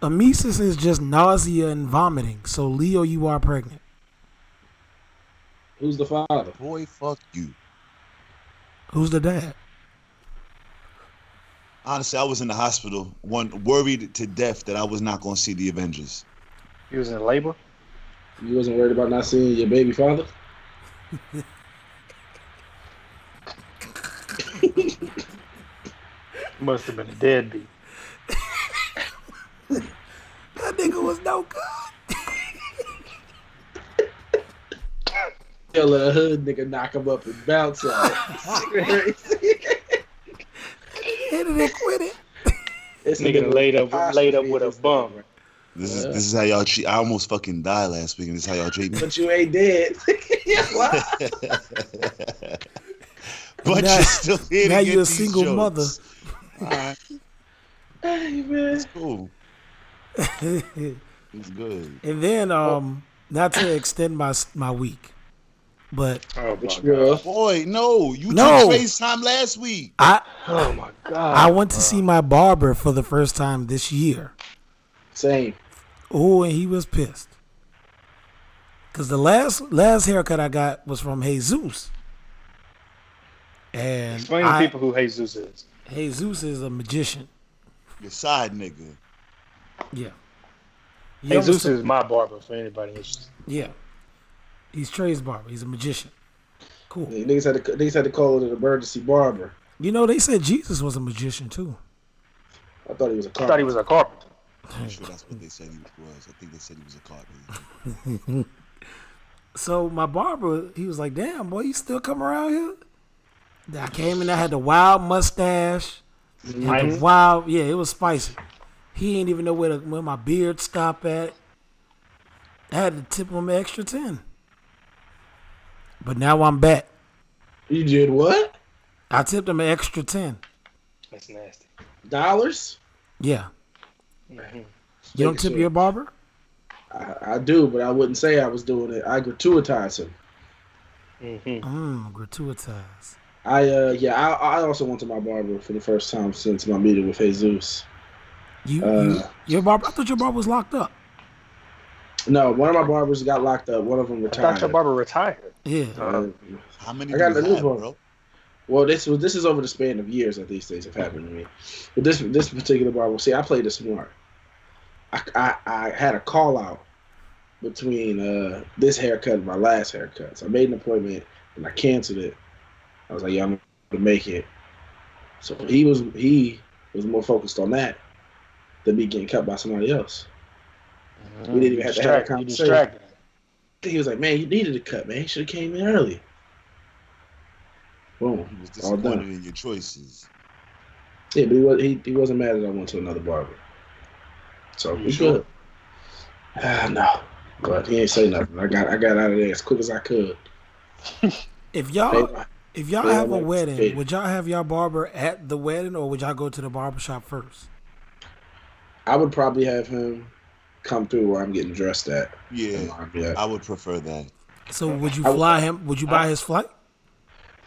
Speaker 3: Emesis is just nausea and vomiting. So Leo, you are pregnant.
Speaker 4: Who's the father?
Speaker 2: Boy, fuck you.
Speaker 3: Who's the dad?
Speaker 2: Honestly, I was in the hospital, one worried to death that I was not going to see the Avengers.
Speaker 5: He was in labor.
Speaker 4: You wasn't worried about not seeing your baby father?
Speaker 5: Must have been a deadbeat.
Speaker 3: That nigga was no good. *laughs*
Speaker 4: Tell a hood nigga knock him up and bounce out.
Speaker 3: Hit it and quit it.
Speaker 4: *laughs* This
Speaker 5: Nigga laid up, laid up with a
Speaker 4: This nigga-
Speaker 5: bum.
Speaker 2: This is this is how y'all treat. I almost fucking died last week, and this is how y'all treat me. *laughs*
Speaker 4: *laughs* But you ain't dead. Why?
Speaker 2: but
Speaker 3: Now-
Speaker 2: you're still here.
Speaker 3: now
Speaker 2: to get
Speaker 3: you're a
Speaker 2: these
Speaker 3: single
Speaker 2: jokes.
Speaker 3: mother.
Speaker 2: All right,
Speaker 4: Hey, man.
Speaker 2: cool.
Speaker 3: *laughs*
Speaker 2: It's good.
Speaker 3: And then, um, not to extend my my week, but
Speaker 5: Oh my
Speaker 4: Which
Speaker 5: god.
Speaker 4: girl?
Speaker 2: Boy, no, you
Speaker 3: No.
Speaker 2: took FaceTime last week.
Speaker 3: I
Speaker 5: Oh my
Speaker 3: I
Speaker 5: god.
Speaker 3: went to see my barber for the first time this year.
Speaker 4: Same.
Speaker 3: Oh, and he was pissed. Cause the last last haircut I got was from Jesus. And
Speaker 5: Explain
Speaker 3: I-
Speaker 5: to people who Jesus is.
Speaker 3: Jesus is a magician.
Speaker 2: Your side nigga.
Speaker 3: Yeah. You
Speaker 5: Jesus
Speaker 3: understand-
Speaker 5: is my barber for anybody interested.
Speaker 3: yeah. He's Trey's barber. He's a magician. Cool.
Speaker 4: Yeah, Niggas had to niggas had to call it an emergency barber.
Speaker 3: You know they said Jesus was a magician too.
Speaker 4: I thought he was a
Speaker 5: I
Speaker 4: car.
Speaker 5: thought he was a carpenter.
Speaker 2: I'm sure that's what they said he was. I think they said he was a carpenter.
Speaker 3: So my barber, he was like, "Damn boy, you still come around here?" Then I came in. I had the wild mustache. Had the
Speaker 5: Nice.
Speaker 3: wild, yeah, it was spicy. He didn't even know where, the, where my beard stopped at. I had to tip him an extra ten. But now I'm back.
Speaker 4: You did what?
Speaker 3: I tipped him an extra ten.
Speaker 5: That's nasty.
Speaker 4: Dollars?
Speaker 3: Yeah.
Speaker 5: Mhm.
Speaker 3: You don't
Speaker 4: Nigga
Speaker 3: tip
Speaker 4: said-
Speaker 3: your barber?
Speaker 4: I, I do, but I wouldn't say I was doing it. I gratuitize him.
Speaker 5: Mhm.
Speaker 3: Mmm, gratuitized.
Speaker 4: I uh yeah, I, I also went to my barber for the first time since my meeting with Jesus.
Speaker 3: You,
Speaker 4: Uh,
Speaker 3: you your barber? I thought your barber was locked up.
Speaker 4: No, one of my barbers got locked up. One of them
Speaker 5: I thought your
Speaker 4: retired.
Speaker 5: barber retired.
Speaker 3: Yeah.
Speaker 5: Uh,
Speaker 4: Uh,
Speaker 2: How many
Speaker 4: I got
Speaker 2: do you
Speaker 4: the new
Speaker 2: have,
Speaker 4: one.
Speaker 2: bro?
Speaker 4: Well, this was this is over the span of years that these things have happened to me. But this this particular barber, see, I played it smart. I, I, I had a call out between uh, this haircut and my last haircut. So I made an appointment and I canceled it. I was like, "Yeah, I'm gonna make it." So he was he was more focused on that than me getting cut by somebody else.
Speaker 2: Mm-hmm.
Speaker 4: We didn't even have to have a
Speaker 5: Distracted. You
Speaker 4: conversation.
Speaker 5: distracted.
Speaker 4: He was like, "Man, you needed a cut, man. You should have came in early." Boom.
Speaker 2: He was
Speaker 4: All done.
Speaker 2: disappointed in your choices.
Speaker 4: Yeah, but he was he, he wasn't mad that I went to another barber. So
Speaker 5: You
Speaker 4: we
Speaker 5: sure?
Speaker 4: good. Ah, no. But he ain't say nothing. I got I got out of there as quick as I could.
Speaker 3: If y'all
Speaker 4: They-
Speaker 3: if y'all
Speaker 4: Yeah,
Speaker 3: have a
Speaker 4: like,
Speaker 3: wedding,
Speaker 4: yeah.
Speaker 3: would y'all have y'all barber at the wedding or would y'all go to the barber shop first?
Speaker 4: I would probably have him come through where I'm getting dressed at.
Speaker 2: Yeah,
Speaker 4: Yeah.
Speaker 2: I would prefer that.
Speaker 3: So would you
Speaker 4: I would-
Speaker 3: fly him? Would you buy his flight?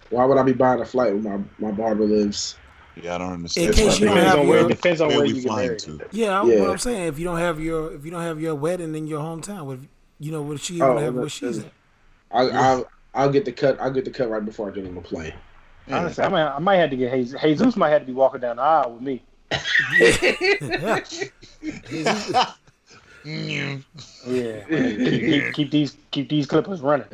Speaker 4: Why would I be buying a flight when my, my barber lives?
Speaker 2: Yeah, I don't
Speaker 3: In
Speaker 2: understand.
Speaker 3: case you don't
Speaker 5: Depends
Speaker 3: have
Speaker 5: on where.
Speaker 3: your-
Speaker 5: Depends on
Speaker 2: Where
Speaker 5: where
Speaker 2: we
Speaker 5: you get
Speaker 2: flying
Speaker 5: married.
Speaker 2: to?
Speaker 3: Yeah, I'm, what
Speaker 4: Yeah.
Speaker 3: I'm saying, if you don't have your if you don't have your wedding in your hometown, would you know would she
Speaker 4: Oh,
Speaker 3: even have
Speaker 4: well,
Speaker 3: where she's
Speaker 4: *laughs*
Speaker 3: at?
Speaker 4: I I'll, I'll get the cut I'll get the cut right before I get on the plane.
Speaker 2: Yeah.
Speaker 5: Honestly, I might, I might have to get Jesus. Jesus might have to be walking down the aisle with me.
Speaker 2: Mm.
Speaker 5: Yeah, keep, keep, keep these keep these clippers running.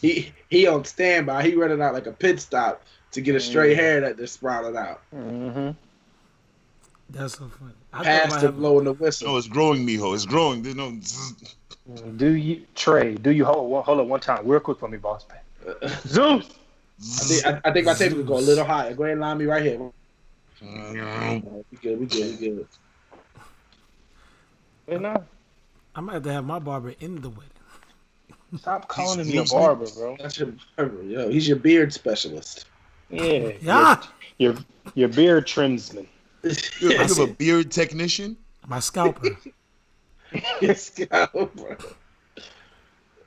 Speaker 4: He he on standby. He running out like a pit stop to get a straight hair that just sprouted out.
Speaker 5: Mm-hmm.
Speaker 3: That's so funny. I thought
Speaker 4: Past
Speaker 3: about
Speaker 4: the
Speaker 3: having,
Speaker 4: blowing the
Speaker 2: *laughs*
Speaker 4: whistle.
Speaker 2: no, it's growing, mijo. It's growing. There's no.
Speaker 5: Do you Trey? Do you hold one, hold up one time real quick for me, boss man? *laughs* Zeus.
Speaker 4: I think, I, I think my tape could go a little higher. Go ahead and line me right here. We good, we good, we good.
Speaker 5: No,
Speaker 3: I might have to have my barber in the wedding.
Speaker 5: stop calling me a
Speaker 2: Zeus.
Speaker 5: barber, bro.
Speaker 4: That's your barber, yo. He's your beard specialist. *laughs*
Speaker 5: Yeah,
Speaker 3: Yeah,
Speaker 5: Your your, your beard trimsman.
Speaker 2: You're a bit of a
Speaker 3: said-
Speaker 2: beard technician.
Speaker 3: my scalper.
Speaker 4: Yes, go, bro.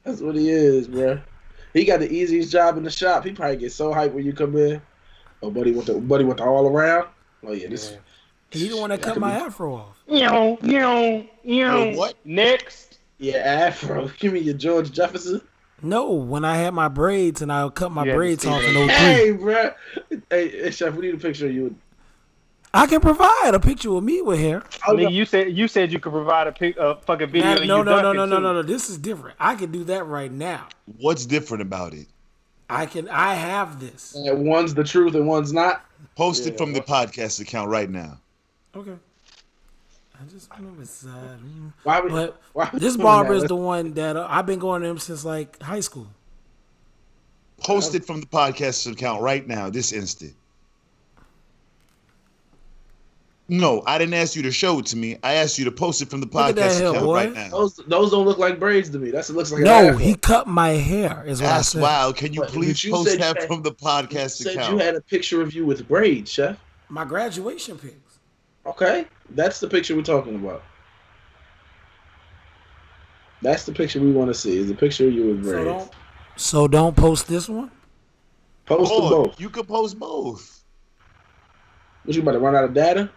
Speaker 4: That's what he is, bro. He got the easiest job in the shop. He probably gets so hyped when you come in. Oh, buddy went the buddy went the all around. Oh yeah, this.
Speaker 3: He the one that cut my afro off.
Speaker 5: Yo, yo, yo.
Speaker 2: Your what?
Speaker 5: Next.
Speaker 4: Yeah, Afro. *laughs* Give me your George Jefferson.
Speaker 3: No, when I had my braids and I cut my
Speaker 5: You had to
Speaker 3: braids
Speaker 5: see
Speaker 3: off
Speaker 5: that.
Speaker 3: in 03.
Speaker 4: Hey, bro. Hey, hey, chef. We need a picture of you.
Speaker 3: I can provide a picture of me with
Speaker 5: *laughs*
Speaker 3: hair.
Speaker 5: I mean, you said you said you could provide a pic, a fucking
Speaker 3: Now-
Speaker 5: video. of
Speaker 3: Oh, no,
Speaker 5: you
Speaker 3: no, no,
Speaker 5: dunking,
Speaker 3: no, no,
Speaker 5: too.
Speaker 3: no, no. This is different. I can do that right now.
Speaker 2: What's different about it?
Speaker 3: I can. I have this.
Speaker 4: That one's the truth and one's not.
Speaker 2: Post it
Speaker 5: Yeah,
Speaker 2: from the podcast account right now.
Speaker 3: Okay. I just went on his side. Mm.
Speaker 4: Why would?
Speaker 5: *laughs*
Speaker 3: But
Speaker 4: why would
Speaker 3: this
Speaker 4: you do
Speaker 3: barber
Speaker 4: that?
Speaker 3: is the one that uh, I've been going to him since like high school.
Speaker 2: Post it from the podcast account right now, this instant. No, I didn't ask you to show it to me. I asked you to post it from the
Speaker 3: Look at that
Speaker 2: podcast
Speaker 3: hair,
Speaker 2: account
Speaker 3: boy.
Speaker 2: right now.
Speaker 4: Those those don't look like braids to me. That's it looks like an
Speaker 3: No,
Speaker 4: afro.
Speaker 3: he cut my hair. Is what
Speaker 2: That's
Speaker 3: I said.
Speaker 2: wild. Can you
Speaker 4: But
Speaker 2: please
Speaker 4: you
Speaker 2: post
Speaker 4: said you
Speaker 2: that
Speaker 4: had-
Speaker 2: from the
Speaker 4: You
Speaker 2: podcast
Speaker 4: said you
Speaker 2: account?
Speaker 4: had a picture of you with braids, chef.
Speaker 3: My graduation pics.
Speaker 4: Okay, that's the picture we're talking about. That's the picture we want to see. Is a picture of you with
Speaker 3: So
Speaker 4: braids.
Speaker 3: don't. So don't post this one.
Speaker 4: Post them
Speaker 2: Boy,
Speaker 4: both.
Speaker 2: you could post both. *laughs*
Speaker 4: What you about to run out of data?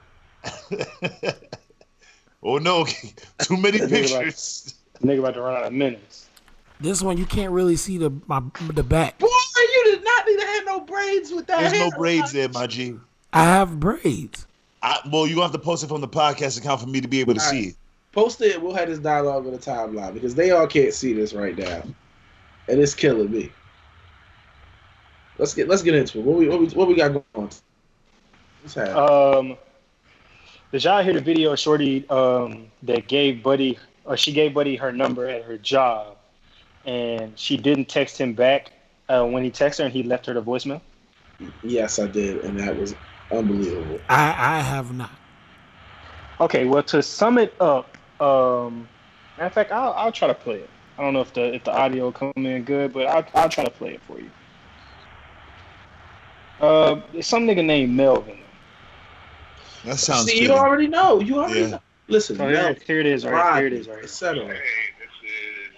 Speaker 2: oh no, *laughs* too
Speaker 4: *laughs*
Speaker 2: many
Speaker 5: Nigga, like-
Speaker 2: pictures.
Speaker 5: Nigga about to run out of minutes.
Speaker 3: This one you can't really see the my the back.
Speaker 4: Boy, you did not need to have no braids with that.
Speaker 2: There's no
Speaker 4: hair.
Speaker 2: braids there, my G.
Speaker 3: I have braids.
Speaker 2: I, well, you gonna have to post it from the podcast account for me to be able to
Speaker 4: All right.
Speaker 2: see it.
Speaker 4: Post it. We'll have this dialogue on the timeline because they all can't see this right now, and it's killing me. Let's get let's get into it. What we what we, what we got going on? What's happening?
Speaker 5: Um, did y'all hear the video of Shorty um, that gave Buddy, or she gave Buddy her number at her job, and she didn't text him back uh, when he texted her, and he left her the voicemail.
Speaker 4: Yes, I did, and that was unbelievable.
Speaker 3: I I have not.
Speaker 5: Okay, well to sum it up, um, matter of fact, I'll, I'll try to play it. I don't know if the if the audio will come in good, but I'll, I'll try to play it for you. Uh, there's some nigga named Melvin.
Speaker 2: That sounds
Speaker 4: See,
Speaker 2: good.
Speaker 4: you already know. You already
Speaker 2: Yeah.
Speaker 4: know. Listen,
Speaker 5: Oh, here,
Speaker 4: now,
Speaker 5: it- here it is, right? Here it is, right?
Speaker 4: etc.
Speaker 6: Hey, this is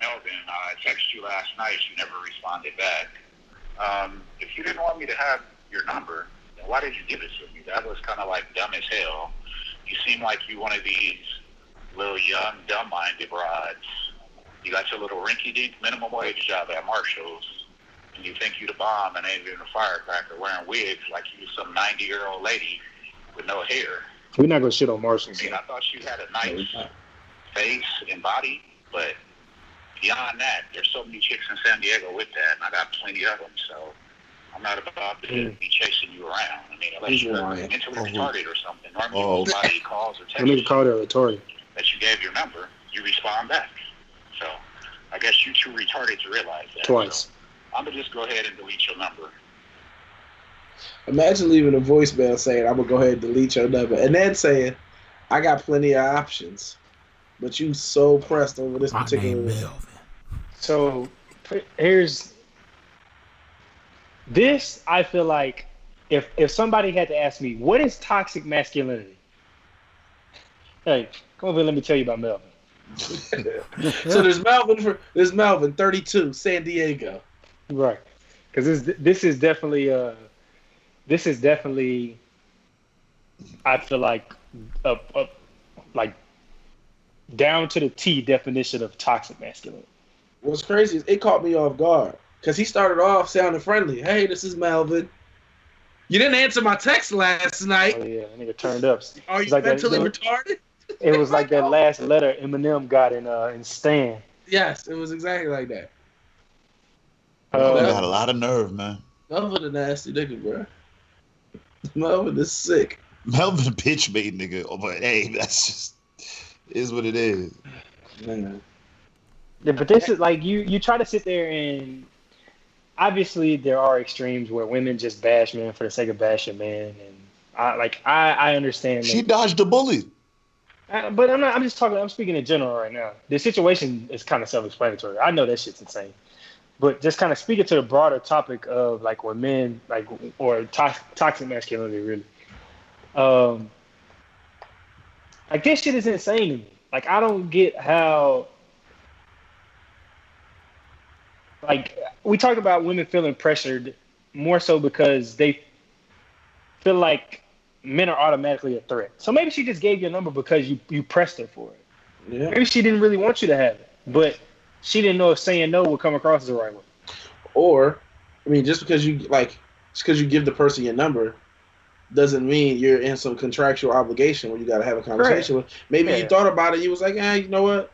Speaker 6: Melvin. I texted you last night. You never responded back. Um, if you didn't want me to have your number, then why did you give it to me? That was kind of like dumb as hell. You seem like you one of these little young, dumb-minded broads. You got your little rinky-dink minimum wage job at Marshalls, and you think you the bomb and ain't even a firecracker wearing wigs like you some 90-year-old lady with no hair.
Speaker 5: We're not gonna shit on Marshall.
Speaker 6: I mean, I thought you had a
Speaker 4: No,
Speaker 6: nice
Speaker 4: it's not.
Speaker 6: face and body, but beyond that, there's so many chicks in San Diego with that, and I got plenty of them. So I'm not about to
Speaker 5: Mm.
Speaker 6: be chasing you around. I mean, unless
Speaker 4: He's
Speaker 6: you're
Speaker 4: lying.
Speaker 6: mentally
Speaker 2: Oh.
Speaker 6: retarded or something. Normally,
Speaker 2: Oh.
Speaker 6: somebody calls or
Speaker 5: That nigga
Speaker 6: texts
Speaker 5: called her a Tory.
Speaker 6: that you gave your number, you respond back. So I guess you too retarded to realize that.
Speaker 5: Twice.
Speaker 6: I'm gonna just go ahead and delete your number.
Speaker 4: Imagine leaving a voicemail saying, I'm going to go ahead and delete your number. And then saying, I got plenty of options. But you so pressed over this
Speaker 3: My
Speaker 4: particular.
Speaker 3: name Melvin. *laughs*
Speaker 5: So pr- here's this. I feel like if if somebody had to ask me, what is toxic masculinity? Hey, come over here. Let me tell you about Melvin.
Speaker 4: So there's Melvin, for, there's Melvin, 32, San Diego.
Speaker 5: Right. Because this this is definitely uh this is definitely I feel like a, a like down to the T definition of toxic masculinity.
Speaker 4: What's crazy is it caught me off guard because he started off sounding friendly. Hey, this is Melvin. You didn't answer my text last
Speaker 5: Oh
Speaker 4: night.
Speaker 5: yeah, that nigga turned up.
Speaker 4: Are you
Speaker 5: It's Oh, like that-
Speaker 4: mentally
Speaker 5: no.
Speaker 4: retarded?
Speaker 5: It was like that last letter Eminem got in uh in Stan.
Speaker 4: Yes, it was exactly like that.
Speaker 2: Oh,
Speaker 4: yeah.
Speaker 2: you
Speaker 5: Uh,
Speaker 2: got a lot of nerve, man.
Speaker 4: Melvin a nasty nigga, bro. Melvin is sick.
Speaker 2: Melvin *laughs* a bitch made nigga, oh, but hey, that's just is what it is.
Speaker 4: Man.
Speaker 5: Yeah, but this is like you you try to sit there and obviously there are extremes where women just bash men for the sake of bashing men and I like I I understand
Speaker 2: She
Speaker 5: that.
Speaker 2: dodged a bullet.
Speaker 5: I, but I'm not I'm just talking I'm speaking in general right now. The situation is kind of self-explanatory. I know that shit's insane. But just kind of speaking to the broader topic of like where men like or to- toxic masculinity really. Um like this shit is insane to me. Like I don't get how like we talk about women feeling pressured more so because they feel like men are automatically a threat. So maybe she just gave you a number because you, you pressed her for it.
Speaker 4: Yeah.
Speaker 5: Maybe she didn't really want you to have it, but she didn't know if saying no would come across as the right way.
Speaker 4: Or, I mean, just because you like, just because you give the person your number, doesn't mean you're in some contractual obligation where you got to have a conversation with. Maybe
Speaker 5: Yeah.
Speaker 4: you thought about it. You was like, eh, you know what?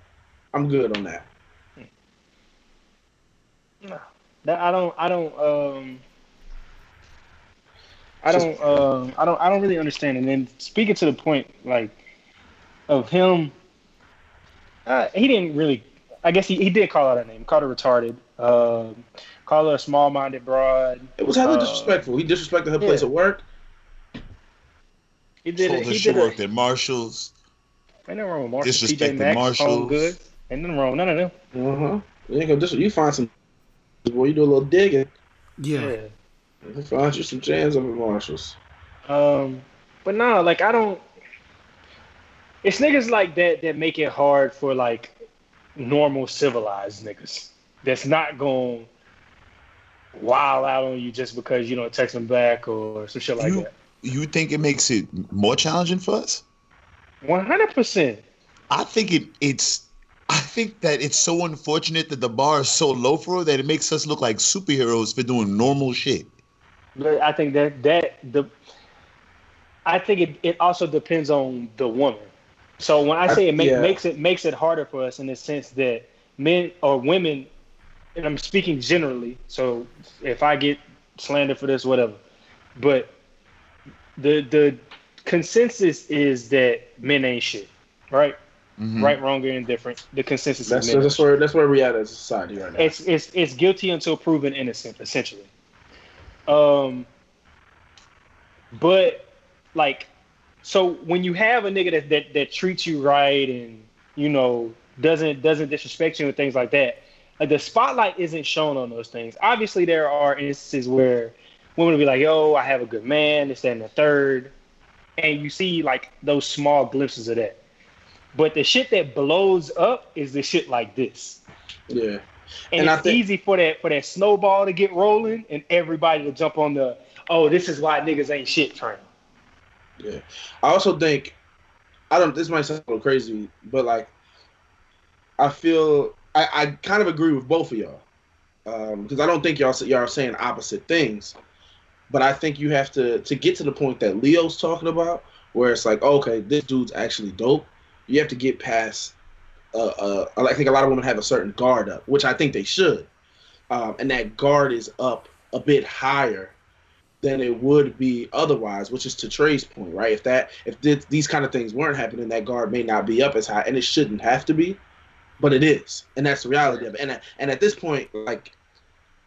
Speaker 4: I'm good on that.
Speaker 5: That I don't I don't um I don't um I don't I don't really understand. And then speaking to the point like of him, uh, he didn't really. I guess he, he did call out her name, called her retarded, um, called her a small-minded broad.
Speaker 4: It was hella
Speaker 5: Uh,
Speaker 4: disrespectful. He disrespected her place
Speaker 5: yeah.
Speaker 4: of work.
Speaker 5: He did
Speaker 2: Told
Speaker 5: it.
Speaker 2: her
Speaker 5: He
Speaker 2: she
Speaker 5: did a,
Speaker 2: worked at Marshalls.
Speaker 5: Ain't nothing wrong with Marshall. TJ
Speaker 2: Disrespecting
Speaker 5: Maxx,
Speaker 2: Marshalls.
Speaker 5: Home Goods. Ain't nothing wrong with none of them.
Speaker 4: Uh huh. You ain't gonna dis- You find some. Boy, you do a little digging.
Speaker 3: Yeah.
Speaker 4: You find you some jams up at Marshalls.
Speaker 5: Um, but no, like I don't. It's niggas like that that make it hard for like normal civilized niggas. That's not going to wild out on you just because you don't text them back or some shit like
Speaker 2: You-
Speaker 5: that.
Speaker 2: You think it makes it more challenging for us?
Speaker 5: One hundred percent.
Speaker 2: I think it it's I think that it's so unfortunate that the bar is so low for her that it makes us look like superheroes for doing normal shit.
Speaker 5: But I think that that the I think it, it also depends on the woman. So when I say it make,
Speaker 4: Yeah.
Speaker 5: makes it makes it harder for us in the sense that men or women, and I'm speaking generally. So if I get slandered for this, whatever. But the the consensus is that men ain't shit, right?
Speaker 2: Mhm.
Speaker 5: Right, wrong, or indifferent. The consensus
Speaker 4: Mm-hmm. That's
Speaker 5: is men.
Speaker 4: that's where that's where we at as a society right now.
Speaker 5: It's it's it's guilty until proven innocent, essentially. Um, but like, so when you have a nigga that that, that treats you right and you know doesn't doesn't disrespect you and things like that, like the spotlight isn't shown on those things. Obviously, there are instances where women will be like, "Yo, I have a good man," this that, and the third, and you see like those small glimpses of that. But the shit that blows up is the shit like this
Speaker 4: yeah.
Speaker 5: and,
Speaker 4: And I
Speaker 5: it's
Speaker 4: think-
Speaker 5: easy for that for that snowball to get rolling and everybody to jump on the oh this is why niggas ain't shit train.
Speaker 4: I also think I don't. This might sound a little crazy, but like, I feel I I, I kind of agree with both of y'all because I don't think y'all y'all are saying opposite things, but I think you have to to get to the point that Leo's talking about, where it's like, okay, this dude's actually dope. You have to get past. Uh, uh, I think a lot of women have a certain guard up, which I think they should, um, and that guard is up a bit higher than it would be otherwise, which is to Trey's point, right? If that if th- these kind of things weren't happening, that guard may not be up as high, and it shouldn't have to be, but it is, and that's the reality of it. And at- and at this point, like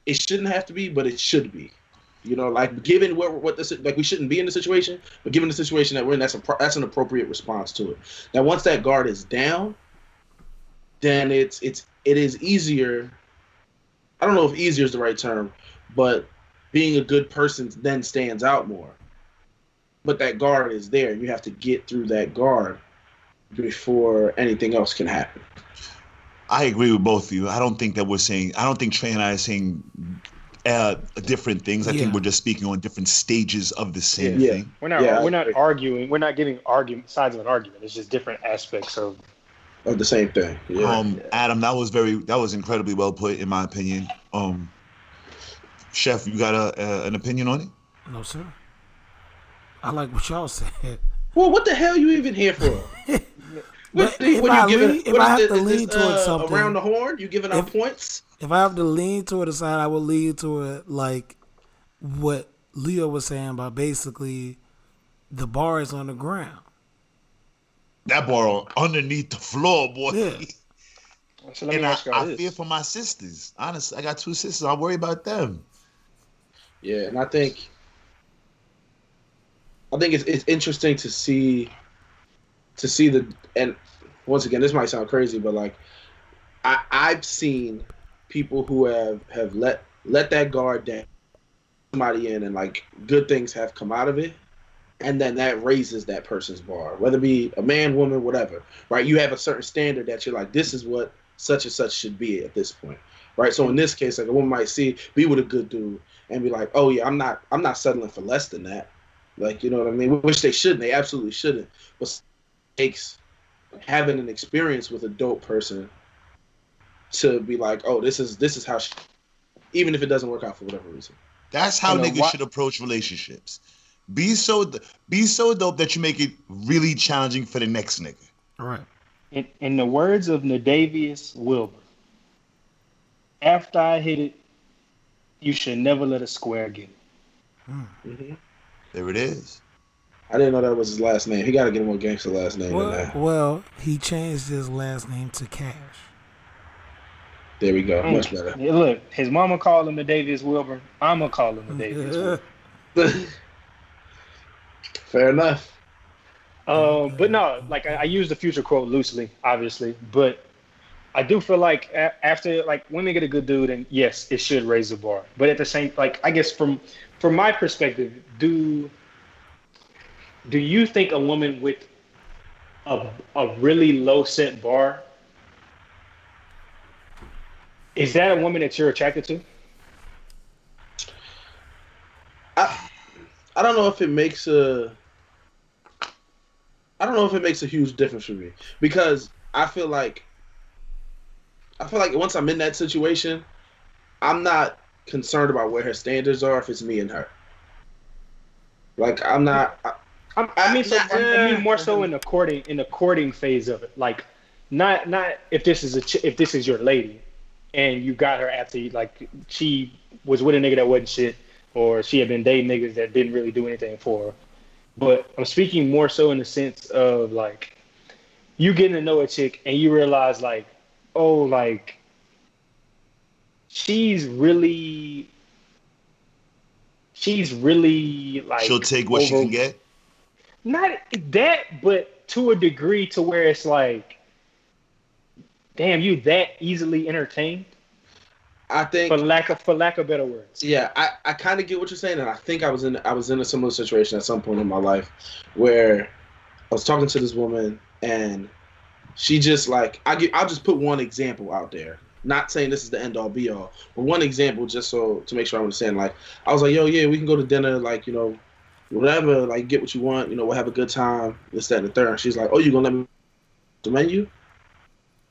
Speaker 4: it shouldn't have to be, but it should be. You know, like given what what this like we shouldn't be in the situation, but given the situation that we're in, that's a pro- that's an appropriate response to it. Now, once that guard is down, then it's it's it is easier. I don't know if easier is the right term, but being a good person then stands out more. But that guard is there. You have to get through that guard before anything else can happen.
Speaker 2: I agree with both of you. I don't think that we're saying. I don't think Trey and I are saying uh, different things. I
Speaker 3: Yeah.
Speaker 2: think we're just speaking on different stages of the same
Speaker 4: Yeah.
Speaker 2: thing.
Speaker 5: We're not
Speaker 4: Yeah, I
Speaker 5: we're not
Speaker 4: agree.
Speaker 5: arguing. We're not giving argument sides of an argument. It's just different aspects of
Speaker 4: Of the same thing. Yeah.
Speaker 2: Um, Adam, that was very, that was incredibly well put, in my opinion. Um, Chef, you got a, a an opinion on it?
Speaker 3: No, sir. I like what y'all *laughs* said.
Speaker 4: well, what the hell you even here
Speaker 3: *laughs*
Speaker 4: for?
Speaker 3: But
Speaker 4: What the,
Speaker 3: if
Speaker 4: what
Speaker 3: I
Speaker 4: you giving?
Speaker 3: lean- if
Speaker 4: what
Speaker 3: I
Speaker 4: is
Speaker 3: have
Speaker 4: this-
Speaker 3: to
Speaker 4: is this,
Speaker 3: lean towards
Speaker 4: uh,
Speaker 3: something-
Speaker 4: around the horn, you giving out
Speaker 3: If-
Speaker 4: points?
Speaker 3: If I have to lean toward a side, I would lean toward like what Leo was saying about basically the bar is on the ground.
Speaker 2: That ball underneath the floor, boy. *laughs*
Speaker 3: Yeah.
Speaker 5: So let me
Speaker 2: and I,
Speaker 5: ask y'all
Speaker 2: I
Speaker 5: this.
Speaker 2: fear for my sisters. Honestly, I got two sisters. I worry about them.
Speaker 4: Yeah, and I think I think it's it's interesting to see to see the and once again this might sound crazy, but like I I've seen people who have have let let that guard down somebody in and like good things have come out of it and then that raises that person's bar whether it be a man woman whatever right you have a certain standard that you're like this is what such and such should be at this point right so in this case like a woman might see be with a good dude and be like, oh yeah, I'm not I'm not settling for less than that. Like you know what I mean? Which they shouldn't. They absolutely shouldn't. But s- takes having an experience with a dope person to be like, oh, this is this is how, she, even if it doesn't work out for whatever reason.
Speaker 2: That's how
Speaker 5: You know,
Speaker 2: niggas
Speaker 5: why-
Speaker 2: should approach relationships. Be so, d- be so dope that you make it really challenging for the next nigga.
Speaker 3: All right.
Speaker 5: In, in the words of Nadavius Wilbur, after I hit it, you should never let a square get it.
Speaker 2: There it is.
Speaker 4: I didn't know that was his last name. He got to get a more gangster last name than
Speaker 3: Well,
Speaker 4: that.
Speaker 3: well, he changed his last name to Cash.
Speaker 4: There we go. Much better.
Speaker 5: Yeah, look, his mama called him Nadavius Wilbur. I'ma call him
Speaker 3: *laughs*
Speaker 5: Nadavius Wilbur.
Speaker 4: *laughs* Fair enough.
Speaker 5: Um, but no, like I, I use the future quote loosely, obviously, but I do feel like a- after like women get a good dude, and yes, it should raise the bar. But at the same, like I guess from from my perspective, do do you think a woman with a a really low set bar is that a woman that you're attracted to?
Speaker 4: I don't know if it makes a. I don't know if it makes a huge difference for me because I feel like. I feel like once I'm in that situation, I'm not concerned about where her standards are if it's me and her. Like I'm not. I,
Speaker 5: I, I mean, so I
Speaker 4: Yeah.
Speaker 5: mean more so in the courting in the courting phase of it. Like, not not if this is a ch- if this is your lady, and you got her after you- like she was with a nigga that wasn't shit, or she had been dating niggas that didn't really do anything for her. But I'm speaking more so in the sense of like you getting to know a chick and you realize like, oh, like she's really. She's really like
Speaker 2: She'll take what she
Speaker 5: over-
Speaker 2: can get.
Speaker 5: not that, but to a degree to where it's like, damn, you that easily entertained
Speaker 4: I think.
Speaker 5: for lack of for lack of better words.
Speaker 4: Yeah, I, I kind of get what you're saying, and I think I was in I was in a similar situation at some point in my life where I was talking to this woman, and she just like I get, I'll just put one example out there. Not saying this is the end all be all, but one example just so to make sure I'm understanding. Like I was like, yo, yeah, we can go to dinner, like you know, whatever, like get what you want, you know, we'll have a good time, this, that, and the third. And she's like, oh, you gonna let me the menu?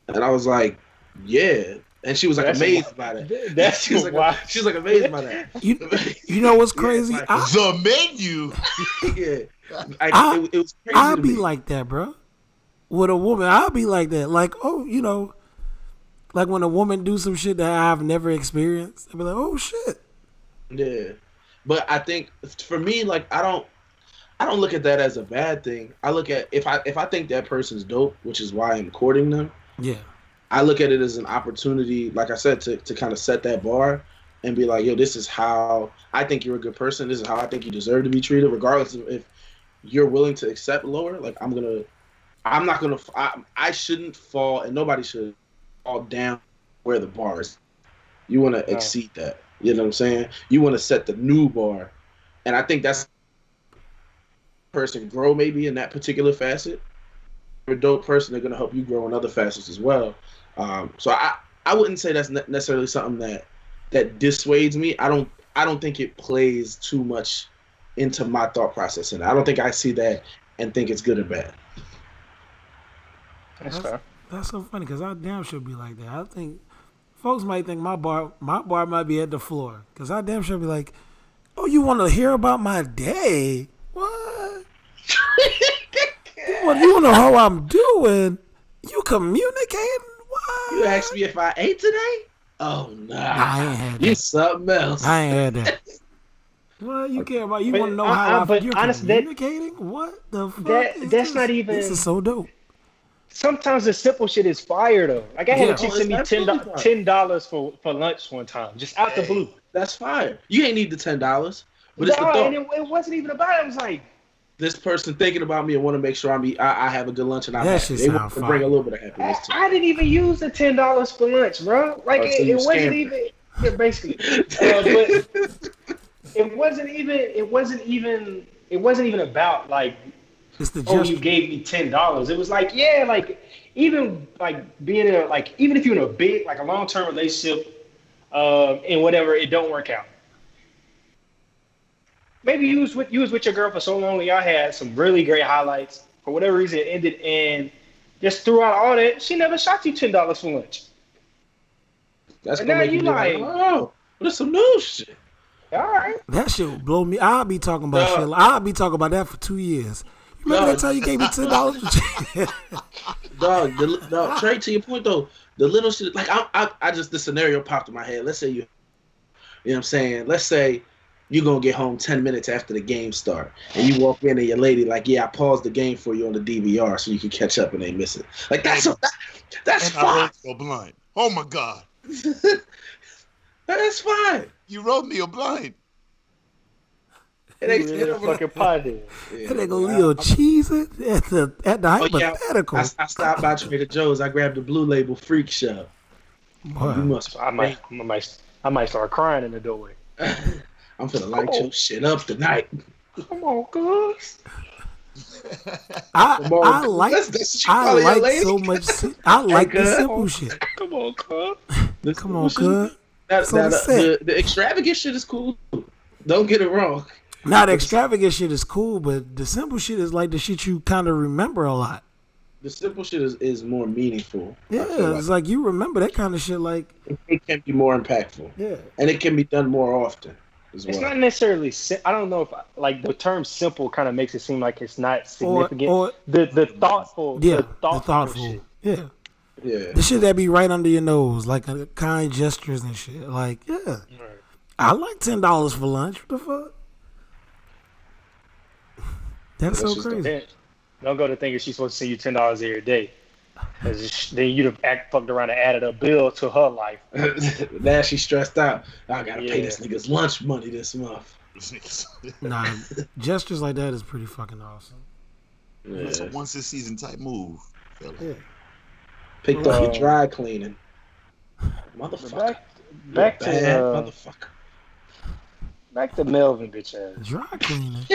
Speaker 4: And I was like, Yeah. And she was like
Speaker 5: That's
Speaker 4: amazed by *laughs* that.
Speaker 5: Th- That's
Speaker 4: she was like,
Speaker 5: why.
Speaker 4: she was like amazed by that.
Speaker 3: You you know *laughs* what's
Speaker 4: Yeah,
Speaker 3: crazy?
Speaker 4: like-
Speaker 3: I
Speaker 2: The menu.
Speaker 4: *laughs* yeah, like,
Speaker 3: I-
Speaker 4: it, it was crazy.
Speaker 3: I'll
Speaker 4: to
Speaker 3: be
Speaker 4: me.
Speaker 3: like that, bro. With a woman, I'll be like that. Like, oh, you know, like when a woman do some shit that I've never experienced, I'll be like, oh shit.
Speaker 4: Yeah, but I think for me, like I don't, I don't look at that as a bad thing. I look at if I if I think that person's dope, which is why I'm courting them.
Speaker 3: Yeah.
Speaker 4: I look at it as an opportunity, like I said, to to kind of set that bar and be like, yo, this is how I think you're a good person. This is how I think you deserve to be treated, regardless of if you're willing to accept lower. Like I'm gonna, I'm not gonna, I, I shouldn't fall, and nobody should fall down where the bar is. You want to
Speaker 5: Yeah.
Speaker 4: exceed that. You know what I'm saying? You want to set the new bar, and I think that's person grow maybe in that particular facet. You're a dope person, they're gonna help you grow in other facets as well. Um, so I I wouldn't say that's ne- necessarily something that that dissuades me. I don't I don't think it plays too much into my thought process, and I don't think I see that and think it's good or bad.
Speaker 5: That's fair.
Speaker 3: That's so funny because I damn sure be like that. I think folks might think my bar, my bar might be at the floor because I damn sure be like, oh, you want to hear about my day?
Speaker 5: *laughs*
Speaker 3: What? what you want to know how I'm doing? You communicating? What?
Speaker 4: You asked me if I ate today. Oh nah,
Speaker 3: I ain't had
Speaker 4: you
Speaker 3: that.
Speaker 4: something else.
Speaker 3: I ain't had that. What you care about? You
Speaker 5: But
Speaker 3: want to know
Speaker 5: I-
Speaker 3: how
Speaker 5: I-
Speaker 3: I,
Speaker 5: but
Speaker 3: you're
Speaker 5: honest- that-
Speaker 3: communicating? what the fuck?
Speaker 5: that-
Speaker 3: is
Speaker 5: that's
Speaker 3: this?
Speaker 5: not even-
Speaker 3: This is so dope.
Speaker 5: Sometimes the simple shit is fire though. Like I had
Speaker 3: Yeah.
Speaker 5: a chick
Speaker 4: Oh,
Speaker 5: send me
Speaker 4: it's
Speaker 5: ten
Speaker 4: absolutely fire.
Speaker 5: ten dollars for for lunch one time, just out the blue.
Speaker 4: That's fire. You ain't need the ten dollars, but
Speaker 5: no,
Speaker 4: it's the thought.
Speaker 5: and it, it wasn't even about it. I was like,
Speaker 4: this person thinking about me and want to make sure I'm eat, I, I have a good lunch and I'm
Speaker 3: That
Speaker 4: happy.
Speaker 3: shit
Speaker 4: They
Speaker 3: sound
Speaker 4: want to
Speaker 3: fire.
Speaker 4: bring a little bit of
Speaker 5: I,
Speaker 4: happiness to
Speaker 5: *laughs* I didn't even use the ten dollars for lunch, bro. Like
Speaker 4: Oh,
Speaker 5: it,
Speaker 4: so you
Speaker 5: it wasn't
Speaker 4: scammed.
Speaker 5: even yeah, basically. Uh,
Speaker 4: me.
Speaker 5: but it wasn't even. It wasn't even. It wasn't even about like
Speaker 3: It's the
Speaker 5: oh
Speaker 3: gesture.
Speaker 5: you gave me ten dollars. It was like yeah, like even like being in a, like even if you're in a big like a long term relationship, um, and whatever it don't work out. Maybe you was with you was with your girl for so long, and y'all had some really great highlights. For whatever reason, it ended, and just throughout all that, she never shot you ten dollars for lunch.
Speaker 4: *laughs* That's
Speaker 5: But
Speaker 4: gonna
Speaker 5: now
Speaker 4: make
Speaker 5: you
Speaker 4: you be like,
Speaker 5: like-
Speaker 4: oh, that's some new shit.
Speaker 5: All right.
Speaker 3: That shit would blow me. I'll be talking about
Speaker 4: No.
Speaker 3: shit. like- I'll be talking about that for two years. You Remember
Speaker 4: No.
Speaker 3: that time you gave me ten
Speaker 4: *laughs*
Speaker 3: dollars? *laughs*
Speaker 4: Dog, the, li- dog, Trey, to your point though, the little shit, like I, I, I just, the scenario popped in my head. Let's say you, you know what I'm saying? Let's say you're gonna get home 10 minutes after the game start and you walk in and your lady like, yeah, I paused the game for you on the DVR so you can catch up and they miss it. Like that's, a, that, that's
Speaker 2: And I
Speaker 4: fine.
Speaker 2: wrote you a blind. Oh my God.
Speaker 4: *laughs* That's fine.
Speaker 2: You wrote me a *laughs*
Speaker 5: *laughs*
Speaker 2: blind.
Speaker 4: It ain't,
Speaker 5: You
Speaker 4: it
Speaker 5: little
Speaker 4: don't really-
Speaker 5: fucking pothead.
Speaker 3: that nigga Leo cheesing at the at the
Speaker 4: Oh, yeah.
Speaker 3: hypothetical.
Speaker 4: I, I stopped by Trader Joe's. I grabbed the blue label freak show. You
Speaker 3: Boy,
Speaker 4: must.
Speaker 5: I might, I might, I might start crying in the doorway.
Speaker 4: I'm finna light your shit up tonight.
Speaker 5: Come on, cuz.
Speaker 3: I,
Speaker 4: Come on.
Speaker 3: I like
Speaker 4: That's- that's what you
Speaker 3: I
Speaker 4: call it,
Speaker 3: like
Speaker 4: lady.
Speaker 3: so much. si- I like the
Speaker 4: girl.
Speaker 3: simple shit.
Speaker 5: Come on,
Speaker 3: *laughs*
Speaker 5: cuz.
Speaker 4: This-
Speaker 3: Come on,
Speaker 4: this-
Speaker 3: cuz.
Speaker 4: That,
Speaker 3: So
Speaker 4: that, uh, the,
Speaker 3: sick.
Speaker 4: the extravagant shit is cool. Don't get it wrong.
Speaker 3: Now the extravagant shit is cool, but the simple shit is like the shit you kind of remember a lot.
Speaker 4: The simple shit is, is more meaningful. I
Speaker 3: Yeah,
Speaker 4: feel
Speaker 3: it's
Speaker 4: like.
Speaker 3: like you remember that kind of shit. Like
Speaker 4: it can be more impactful,
Speaker 3: yeah,
Speaker 4: and it can be done more often as
Speaker 5: It's
Speaker 4: well.
Speaker 5: not necessarily. si- I don't know if like the term "simple" kind of makes it seem like it's not
Speaker 3: or
Speaker 5: significant.
Speaker 3: or
Speaker 5: the the thoughtful,
Speaker 3: yeah,
Speaker 5: the
Speaker 3: the
Speaker 5: thoughtful,
Speaker 3: thoughtful.
Speaker 5: shit.
Speaker 3: Yeah.
Speaker 4: yeah, *laughs*
Speaker 3: The shit that be right under your nose, like uh, kind gestures and shit. Like, yeah, I like ten dollars for lunch. What the fuck? That's
Speaker 4: That's
Speaker 3: so
Speaker 4: just
Speaker 3: crazy.
Speaker 5: Then- Don't go to thinking she's supposed to send you ten dollars every day. 'Cause it's- Then you'd have act fucked around and added a bill to her life.
Speaker 4: now she's stressed out. I gotta pay
Speaker 5: Yeah.
Speaker 4: this nigga's lunch money this month.
Speaker 5: *laughs*
Speaker 3: Nah, gestures like that is pretty fucking awesome.
Speaker 4: Yeah.
Speaker 2: That's a once a season type move. fella.
Speaker 3: Yeah.
Speaker 4: Picked up your
Speaker 5: Uh,
Speaker 4: dry cleaning,
Speaker 5: But
Speaker 4: motherfucker.
Speaker 5: Back, back
Speaker 4: You a bad
Speaker 5: to uh,
Speaker 4: motherfucker.
Speaker 5: back to Melvin, bitch ass.
Speaker 3: Dry cleaning.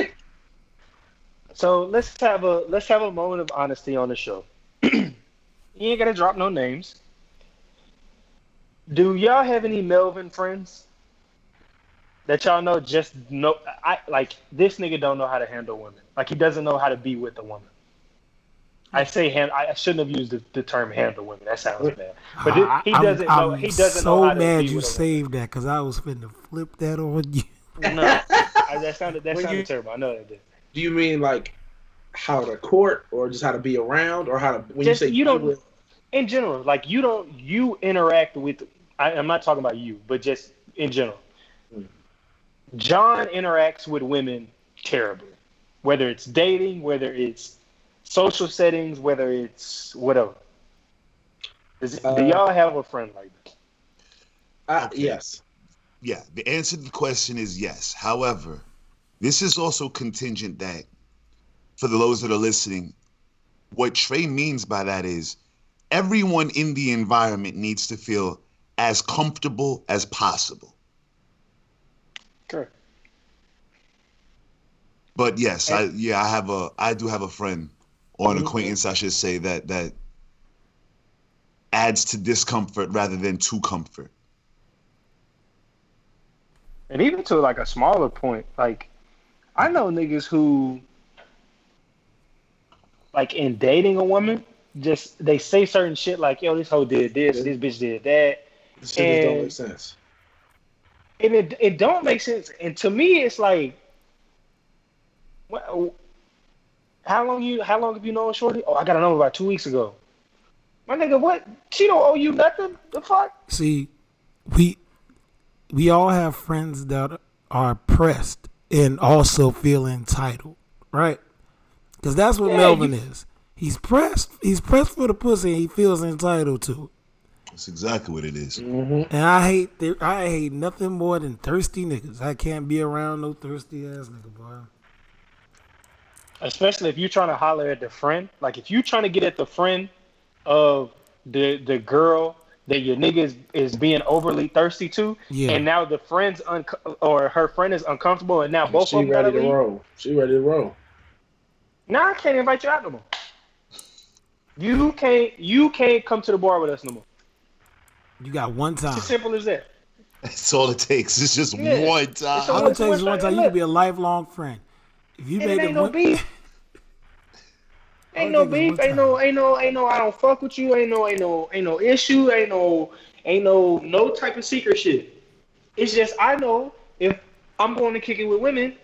Speaker 5: So let's have a let's have a moment of honesty on the show. *clears throat* you ain't gotta drop no names. Do y'all have any Melvin friends that y'all know just know I like this nigga don't know how to handle women. Like he doesn't know how to be with a woman. I say hand. I I shouldn't have used the, the term handle women. That sounds bad. *laughs* But
Speaker 3: I-
Speaker 5: he
Speaker 3: I'm-
Speaker 5: doesn't know.
Speaker 3: I'm
Speaker 5: He doesn't
Speaker 3: so
Speaker 5: know how to
Speaker 3: mad
Speaker 5: be
Speaker 3: you
Speaker 5: with a
Speaker 3: saved that because I was finna flip that on you.
Speaker 5: woman. No, I, that sounded that
Speaker 4: Well,
Speaker 5: sounded
Speaker 4: you-
Speaker 5: terrible. I know that did.
Speaker 4: Do you mean like how to court, or just how to be around, or how to when
Speaker 5: Just
Speaker 4: you say
Speaker 5: you don't.
Speaker 4: with-
Speaker 5: in general, like you don't you interact with. I, I'm not talking about you, but just in general. John interacts with women terribly, whether it's dating, whether it's social settings, whether it's whatever. Does,
Speaker 4: Uh,
Speaker 5: do y'all have a friend like that?
Speaker 4: I,
Speaker 2: Okay.
Speaker 4: yes?
Speaker 2: Yeah, the answer to the question is yes. However, this is also contingent that, for the those that are listening, what Trey means by that is everyone in the environment needs to feel as comfortable as possible.
Speaker 5: Correct.
Speaker 2: But yes, I yeah, I have a I do have a friend or
Speaker 5: Mm-hmm.
Speaker 2: an acquaintance, I should say that that adds to discomfort rather than to comfort.
Speaker 5: And even to like a smaller point, like I know niggas who like in dating a woman, just they say certain shit like, yo, this hoe did this, this bitch did that.
Speaker 4: This shit just don't
Speaker 5: And-
Speaker 4: make sense.
Speaker 5: and it it don't make sense. And to me, it's like, well, how long you how long have you known Shorty? Oh, I got to know about two weeks ago. My nigga, what? She don't owe you nothing. The fuck?
Speaker 3: See, we we all have friends that are pressed and also feel entitled, right? Because that's what
Speaker 5: Yeah,
Speaker 3: Melvin is. He's pressed. He's pressed for the pussy. And he feels entitled to
Speaker 2: That's exactly what it is.
Speaker 5: Mm-hmm.
Speaker 3: it. And I hate. The, I hate nothing more than thirsty niggas. I can't be around no thirsty ass nigga, boy.
Speaker 5: Especially if you're trying to holler at the friend. Like if you're trying to get at the friend of the the girl that your nigga is, is being overly thirsty to,
Speaker 3: Yeah.
Speaker 5: and now the friend's unco- or her friend is uncomfortable, and now both
Speaker 4: she
Speaker 5: of them gotta
Speaker 4: ready to
Speaker 5: leave.
Speaker 4: roll. She ready to roll.
Speaker 5: Now I can't invite you out no more. You can't you can't come to the bar with us no more.
Speaker 3: You got one time.
Speaker 5: It's as simple as that.
Speaker 2: That's all it takes. It's just
Speaker 5: Yeah.
Speaker 2: one
Speaker 5: It's
Speaker 2: time.
Speaker 5: all-
Speaker 3: All it takes is
Speaker 5: Look,
Speaker 3: one time. You can be a lifelong friend. If you
Speaker 5: And
Speaker 3: made
Speaker 5: it
Speaker 3: it
Speaker 5: ain't no
Speaker 3: one-
Speaker 5: beef. Ain't
Speaker 3: All
Speaker 5: no
Speaker 3: it takes is
Speaker 5: beef.
Speaker 3: one
Speaker 5: Ain't no ain't no ain't no I don't fuck with you. Ain't no ain't no ain't no issue. Ain't no ain't no no type of secret shit. It's just I know if I'm going to kick it with women,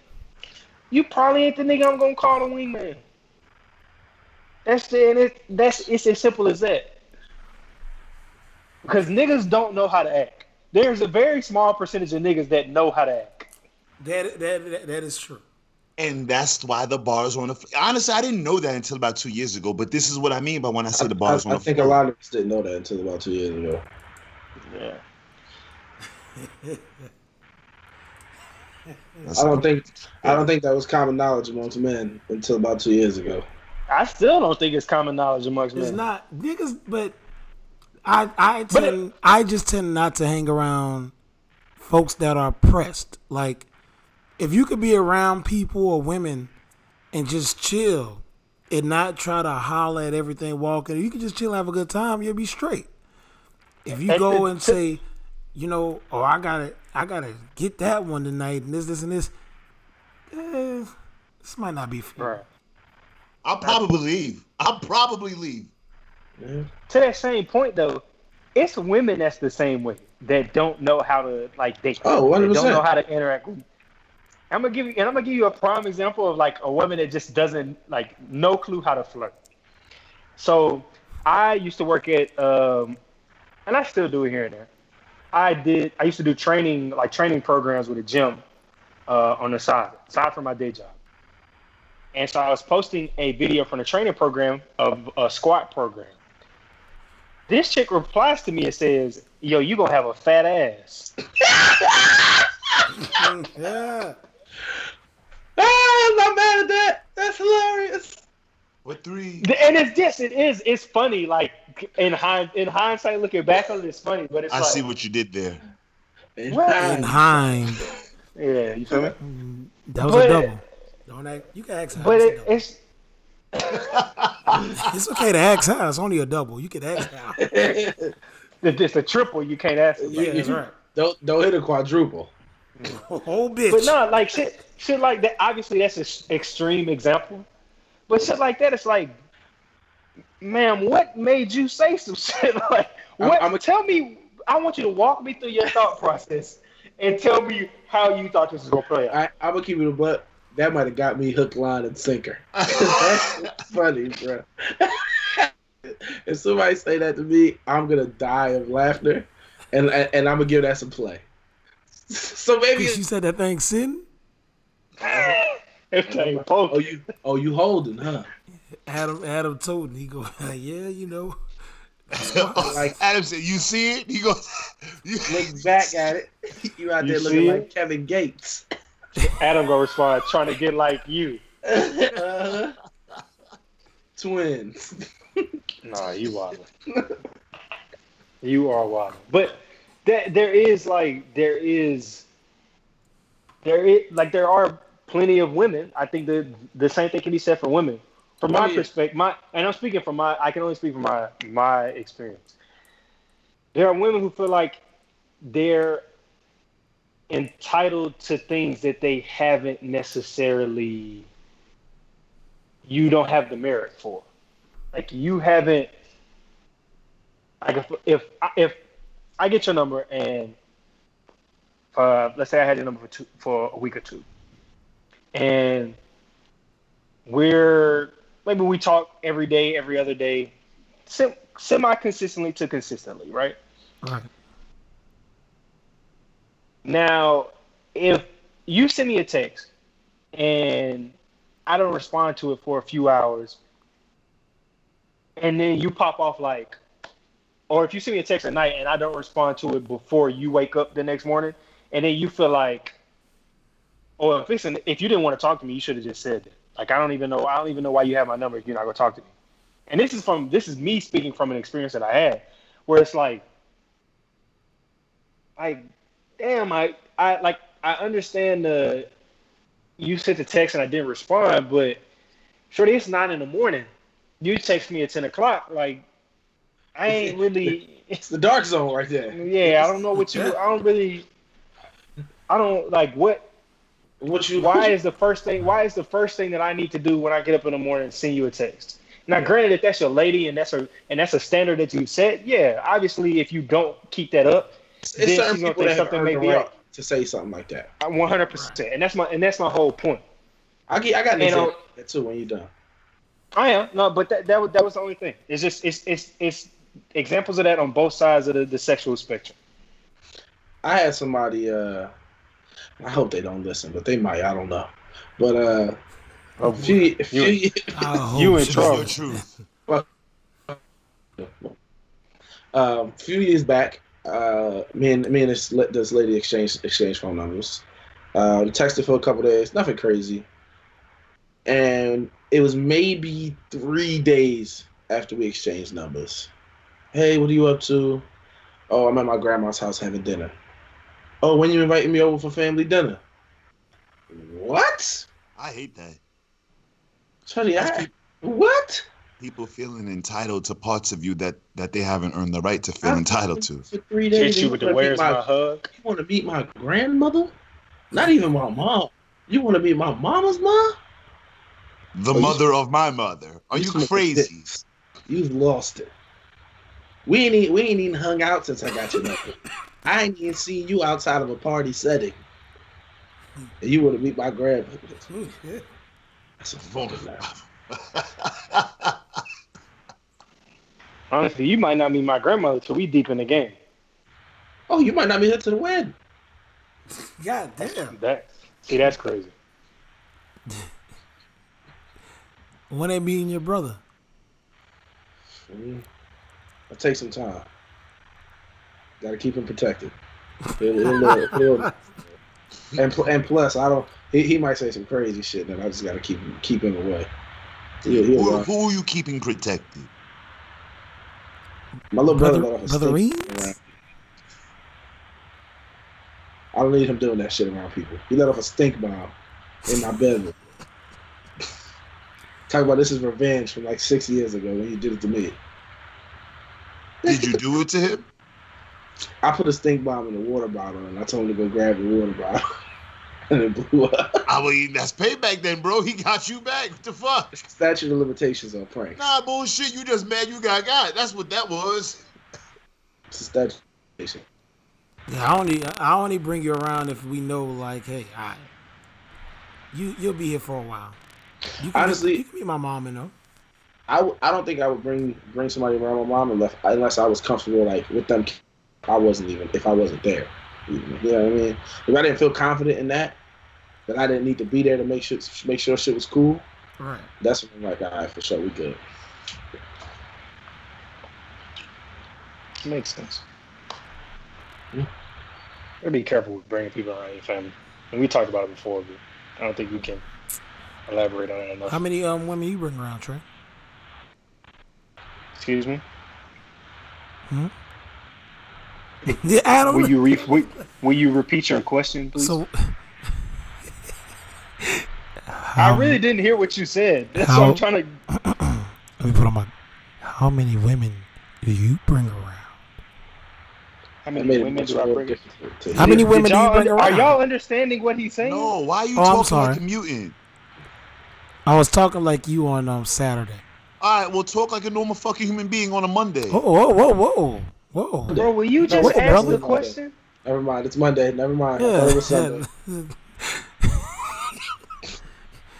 Speaker 5: you probably ain't the nigga I'm gonna call the wingman. That's the and it that's it's as simple as that. Because niggas don't know how to act. There's a very small percentage of niggas that know how to act.
Speaker 3: *laughs* that, that, that, that is true.
Speaker 2: And that's why the bars on the floor. Honestly, I didn't know that until about two years ago. But this is what I mean by when I say the
Speaker 4: I,
Speaker 2: bars on
Speaker 4: I
Speaker 2: the
Speaker 4: think a
Speaker 2: floor.
Speaker 4: lot of us didn't know that until about two years ago.
Speaker 5: Yeah.
Speaker 2: That's-
Speaker 4: I don't think I don't think that was common knowledge amongst men until about two years ago.
Speaker 5: I still don't think it's common knowledge amongst
Speaker 3: It's
Speaker 5: men.
Speaker 3: not niggas, but I I
Speaker 5: But-
Speaker 3: tend I just tend not to hang around folks that are pressed. Like if you could be around people or women and just chill and not try to holler at everything walking, you can just chill, have a good time, you'll be straight. If you
Speaker 5: And-
Speaker 3: go
Speaker 5: and
Speaker 3: and
Speaker 5: to-
Speaker 3: say, you know, oh I gotta I gotta get that one tonight and this, this and this, eh, this might not be fair.
Speaker 5: Right.
Speaker 2: I'll probably leave. I'll probably leave.
Speaker 5: To that same point though, it's women that's the same way that don't know how to like date.
Speaker 4: Oh,
Speaker 5: They
Speaker 4: 100%.
Speaker 5: don't know how to interact. with I'm gonna give you and I'm gonna give you a prime example of like a woman that just doesn't like no clue how to flirt. So I used to work at um, and I still do it here and there. I did. I used to do training like training programs with a gym uh, on the side, aside from my day job. And so I was posting a video from the training program of a squat program. This chick replies to me and says, "Yo, you gonna have a fat ass."
Speaker 3: *laughs* Yeah.
Speaker 4: Ah, I'm not mad at that. That's hilarious.
Speaker 2: What three?
Speaker 5: And it's this. It is. It's funny. Like in hind, in hindsight, looking back on it, it's funny. But it's
Speaker 2: I
Speaker 5: like,
Speaker 2: see what you did there.
Speaker 3: And
Speaker 4: Wow.
Speaker 3: Heim.
Speaker 5: yeah, you feel me?
Speaker 3: That was
Speaker 5: But-
Speaker 3: a double. Don't act, you can ask how.
Speaker 5: But
Speaker 3: it's, a
Speaker 5: it,
Speaker 3: double.
Speaker 5: it's
Speaker 3: it's okay to ask how. It's only a double. You can ask
Speaker 5: *laughs*
Speaker 3: how.
Speaker 4: *laughs*
Speaker 5: it's a triple. You can't ask. About.
Speaker 3: yeah, that's right.
Speaker 4: Don't don't hit a quadruple.
Speaker 3: Whole bitch.
Speaker 5: But no, like shit, shit like that. Obviously, that's an extreme example. But shit like that, it's like ma'am, what made you say some *laughs* shit? like, what?
Speaker 4: I'm a-
Speaker 5: tell me. I want you to walk me through your thought process and tell me how you thought this was gonna play out.
Speaker 4: I, I'm gonna keep it a butt. That might have got me hook, line, and sinker. *laughs* That's funny, bro. if somebody say that to me, I'm gonna die of laughter, and and, and I'm gonna give that some play. So maybe
Speaker 3: Cause you
Speaker 4: it's,
Speaker 3: said that thing sitting.
Speaker 4: *laughs*
Speaker 5: Everything
Speaker 4: oh
Speaker 5: poking.
Speaker 4: you oh you holding huh?
Speaker 3: Adam Adam told me he go, *laughs* yeah, you know.
Speaker 4: *laughs* Like-
Speaker 2: *laughs* Adam said, "You see it?" He goes, *laughs* you, *laughs*
Speaker 4: Look back at it. You out
Speaker 5: You
Speaker 4: there
Speaker 5: see
Speaker 4: looking
Speaker 5: it?
Speaker 4: like Kevin Gates.
Speaker 5: Adam gonna respond, trying to get like you.
Speaker 4: Uh-huh. *laughs* Twins.
Speaker 5: Nah, you wildin'. you are wildin'. But that there is like there is there is like there are plenty of women. I think the the same thing can be said for women. From
Speaker 4: Oh,
Speaker 5: my
Speaker 4: yeah.
Speaker 5: perspective, my and I'm speaking from my I can only speak from my my experience. There are women who feel like they're entitled to things that they haven't necessarily you don't have the merit for like you haven't like if if I, if I get your number and uh, let's say I had your number for two for a week or two, and we're maybe we talk every day, every other day, sem- semi consistently to consistently, right?
Speaker 3: Right.
Speaker 5: Now, if you send me a text and I don't respond to it for a few hours, and then you pop off like, or if you send me a text at night and I don't respond to it before you wake up the next morning, and then you feel like, oh, if, it's an, if you didn't want to talk to me, you should have just said it. Like I don't even know. I don't even know why you have my number if you're not gonna talk to me. And this is from this is me speaking from an experience that I had, where it's like, like damn, I, I like I understand the you sent the text and I didn't respond, but shorty, it's nine in the morning. You text me at ten o'clock, like I ain't really
Speaker 4: It's the dark zone right there.
Speaker 5: Yeah, I don't know what you I don't really I don't like what
Speaker 4: What you
Speaker 5: why is the first thing why is the first thing that I need to do when I get up in the morning and send you a text? Now granted if that's your lady and that's a and that's a standard that you set, yeah, obviously if you don't keep that up, then
Speaker 4: it's
Speaker 5: she's
Speaker 4: certain
Speaker 5: gonna
Speaker 4: people
Speaker 5: think
Speaker 4: that have
Speaker 5: something
Speaker 4: earned
Speaker 5: may
Speaker 4: the
Speaker 5: be
Speaker 4: right
Speaker 5: up.
Speaker 4: to say something like that.
Speaker 5: one hundred percent. And that's my and that's my whole point.
Speaker 4: I get, I got an
Speaker 5: You know-
Speaker 4: example of that too when you're done.
Speaker 5: I am no, but that that, was- that was the only thing. It's just it's it's it's examples of that on both sides of the, the sexual spectrum.
Speaker 4: I had somebody. Uh, I hope they don't listen, but they might. I don't know. But uh, a few, a few, *laughs*
Speaker 3: I hope
Speaker 5: You in
Speaker 3: so.
Speaker 5: trouble.
Speaker 2: your truth.
Speaker 4: um, few years back, uh, me and me and this la- this lady exchanged exchange phone numbers. Um, texted for a couple days, nothing crazy. And it was maybe three days after we exchanged numbers. Hey, what are you up to? Oh, I'm at my grandma's house having dinner. Oh, when you inviting me over for family dinner? What?
Speaker 2: I hate that.
Speaker 4: Shorty,
Speaker 2: That's
Speaker 4: I, what?
Speaker 2: People feeling entitled to parts of you that that they haven't earned the right to feel entitled to.
Speaker 4: For three days,
Speaker 5: Hit you
Speaker 4: and
Speaker 5: with
Speaker 4: you
Speaker 5: the
Speaker 4: wanna meet
Speaker 5: where's my hug?
Speaker 4: You want to meet my grandmother? Not even my mom. You want to meet my mama's mom?
Speaker 2: The
Speaker 4: Oh, you-
Speaker 2: mother of my mother. Are
Speaker 4: you
Speaker 2: you
Speaker 4: smoking
Speaker 2: crazy?
Speaker 4: sticks. You've lost it. We ain't e- we ain't even hung out since I got your number. I ain't even seen you outside of a party setting. And you want to meet my grandmother? That's a fucking laugh.
Speaker 5: Honestly, you might not meet my grandmother till we deep in the game.
Speaker 4: Oh, you might not be here to the wedding.
Speaker 3: God damn.
Speaker 5: That see, that's crazy.
Speaker 3: When they meeting your brother?
Speaker 4: Mm. It'll take some time. Got to keep him protected. He'll- he'll,
Speaker 3: *laughs*
Speaker 4: uh, he'll- and pl- and plus, I don't. He, he might say some crazy shit that I just got to keep him keep him away. He'll-
Speaker 2: *laughs*
Speaker 4: he'll,
Speaker 2: who,
Speaker 4: uh,
Speaker 2: who are you keeping protected?
Speaker 4: my little brother,
Speaker 3: Brother-
Speaker 4: let off a
Speaker 3: Brother
Speaker 4: stick
Speaker 3: Reeves?
Speaker 4: around- I don't need him doing that shit around people. He let off a stink bomb in my bedroom. *laughs* Talk about this is revenge from like six years ago when you did it to me.
Speaker 2: Did you do it to him?
Speaker 4: I put a stink bomb in a water bottle *laughs* and I told him to go grab the water bottle. and it blew up.
Speaker 2: I mean, that's payback then, bro. He got you back. What the fuck?
Speaker 4: Statute of limitations on pranks.
Speaker 2: Nah, bullshit. You just mad you got got. That's what that was.
Speaker 4: It's a statute of limitation.
Speaker 3: Yeah, I only I only bring you around if we know like, hey, I you you'll be here for a while. You can
Speaker 4: Honestly-
Speaker 3: be, you can be my mom and though.
Speaker 4: I, w- I don't think I would bring bring somebody around my mom unless unless I was comfortable like with them. I wasn't even if I wasn't there. even. You know what I mean? If I didn't feel confident in that, then I didn't need to be there to make sure make sure shit was cool.
Speaker 3: Right.
Speaker 4: That's when I'm like, all right, for sure, we good.
Speaker 5: Makes sense. Gotta be careful with bringing people around your family. And we talked about it before, but I don't think we can elaborate on it enough.
Speaker 3: How many um women you bring around, Trey?
Speaker 5: Excuse me.
Speaker 3: *laughs* Yeah, Adam.
Speaker 5: Will you re- will, will you repeat your question, please?
Speaker 3: so
Speaker 5: I really didn't hear what you said. That's
Speaker 3: How-
Speaker 5: what I'm trying to.
Speaker 3: let me put on my. How many women do you bring around?
Speaker 4: It
Speaker 5: How many
Speaker 4: made a
Speaker 5: women
Speaker 4: much
Speaker 5: do I
Speaker 4: more
Speaker 5: bring?
Speaker 4: difference to
Speaker 3: How
Speaker 4: you.
Speaker 3: many
Speaker 5: Did
Speaker 3: women do you
Speaker 5: y'all
Speaker 3: bring
Speaker 5: Are
Speaker 3: around?
Speaker 5: y'all understanding what he's saying?
Speaker 2: No, why you
Speaker 3: Oh, I'm
Speaker 2: talking like
Speaker 3: sorry.
Speaker 2: a mutant?
Speaker 3: I was talking like you on um Saturday.
Speaker 2: All right, well, talk like a normal fucking human being on a Monday.
Speaker 3: Whoa, whoa, whoa, whoa, whoa.
Speaker 5: Bro, will you just
Speaker 3: what,
Speaker 5: ask
Speaker 3: brother?
Speaker 5: the question?
Speaker 4: Never mind. It's Monday. Never mind. I
Speaker 3: Yeah,
Speaker 4: thought it was Sunday.
Speaker 3: yeah.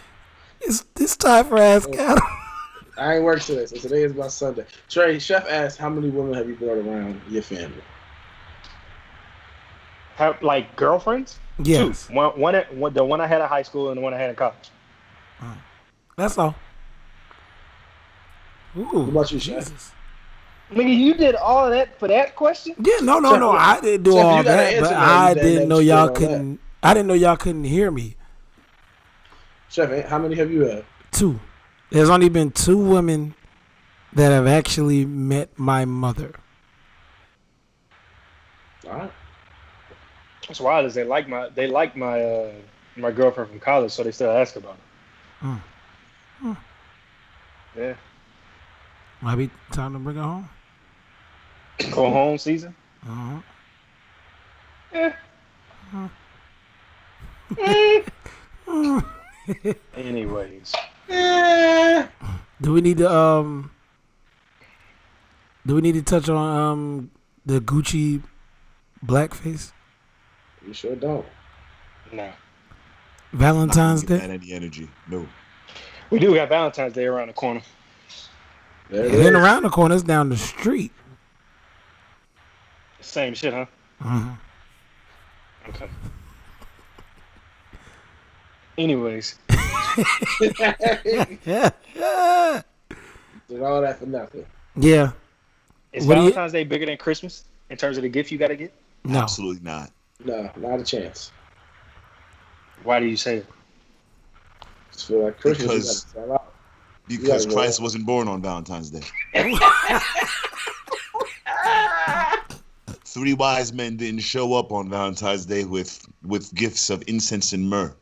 Speaker 3: *laughs* it's this time for ask Adam.
Speaker 4: I ain't work today, so today is my Sunday. Trey, Chef asked, how many women have you brought around your family?
Speaker 5: Have like girlfriends?
Speaker 3: Yes,
Speaker 5: Two. One, one, at, one, the one I had in high school and the one I had in college.
Speaker 3: *laughs* that's all. Ooh, what
Speaker 4: about you, Shaq?
Speaker 5: Nigga, you did all that for that question?
Speaker 3: Yeah, no, no,
Speaker 4: Shaq,
Speaker 3: no.
Speaker 4: what-
Speaker 3: I didn't do
Speaker 4: Shaq,
Speaker 3: all
Speaker 4: you gotta
Speaker 3: that,
Speaker 4: answer
Speaker 3: but
Speaker 4: that.
Speaker 3: I
Speaker 4: You done that
Speaker 3: didn't know
Speaker 4: shit
Speaker 3: y'all
Speaker 4: all that.
Speaker 3: couldn't. I didn't know y'all couldn't hear me.
Speaker 4: Chef, eh, how many have you had?
Speaker 3: Two. There's only been two women that have actually met my mother.
Speaker 4: All right.
Speaker 5: That's wild. Is they like my they like my uh, my girlfriend from college, so they still ask about it.
Speaker 3: Hmm. Hmm.
Speaker 5: Yeah,
Speaker 3: Might be time to bring her home.
Speaker 5: go home season.
Speaker 3: Uh-huh.
Speaker 5: Yeah. Anyways,
Speaker 3: Do we need to um? Do we need to touch on um the Gucci blackface
Speaker 4: You sure don't.
Speaker 5: no,
Speaker 3: Valentine's Day?
Speaker 2: Not any energy. No.
Speaker 5: we do got Valentine's Day around the corner.
Speaker 4: There
Speaker 3: It
Speaker 4: it
Speaker 3: ain't
Speaker 4: is.
Speaker 3: around the corner. It's down the *laughs* street.
Speaker 5: Same shit, huh?
Speaker 3: Mhm.
Speaker 2: Mm-hmm.
Speaker 5: Okay. Anyways,
Speaker 3: Yeah. Yeah.
Speaker 4: Did all that for nothing.
Speaker 3: Yeah.
Speaker 5: is
Speaker 3: What do you-
Speaker 5: Valentine's Day bigger than Christmas in terms of the gift you got to get?
Speaker 3: No.
Speaker 2: Absolutely not.
Speaker 4: No, not a chance.
Speaker 5: Why do you say it?
Speaker 4: Just feel like Christmas you
Speaker 2: Because-
Speaker 4: gotta sell out.
Speaker 2: Because
Speaker 4: Yeah, well-
Speaker 2: Christ wasn't born on Valentine's *laughs* Day. Three wise men didn't show up on Valentine's Day with with gifts of incense and myrrh.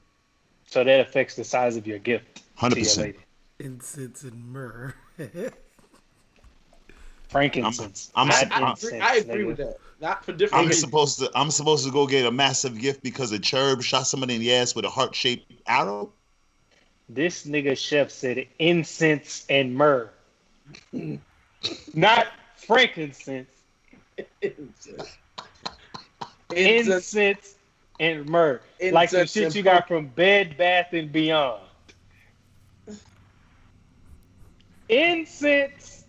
Speaker 5: So that affects the size of your gift
Speaker 2: Hundred
Speaker 5: to your
Speaker 2: percent.
Speaker 5: lady.
Speaker 3: Incense and *laughs* myrrh.
Speaker 2: I'm,
Speaker 5: Frankincense.
Speaker 2: I'm,
Speaker 5: Not
Speaker 2: I'm,
Speaker 5: incense,
Speaker 4: I agree
Speaker 5: nigga.
Speaker 4: with that. Not for different
Speaker 2: I'm
Speaker 4: reasons.
Speaker 2: supposed to I'm supposed to go get a massive gift because a cherub shot somebody in the ass with a heart shaped arrow. *laughs*
Speaker 5: This nigga chef said incense and myrrh, not frankincense.
Speaker 4: Incense.
Speaker 5: Incense and myrrh, like the
Speaker 4: Incense
Speaker 5: shit
Speaker 4: and
Speaker 5: you got from Bed Bath and Beyond. Incense.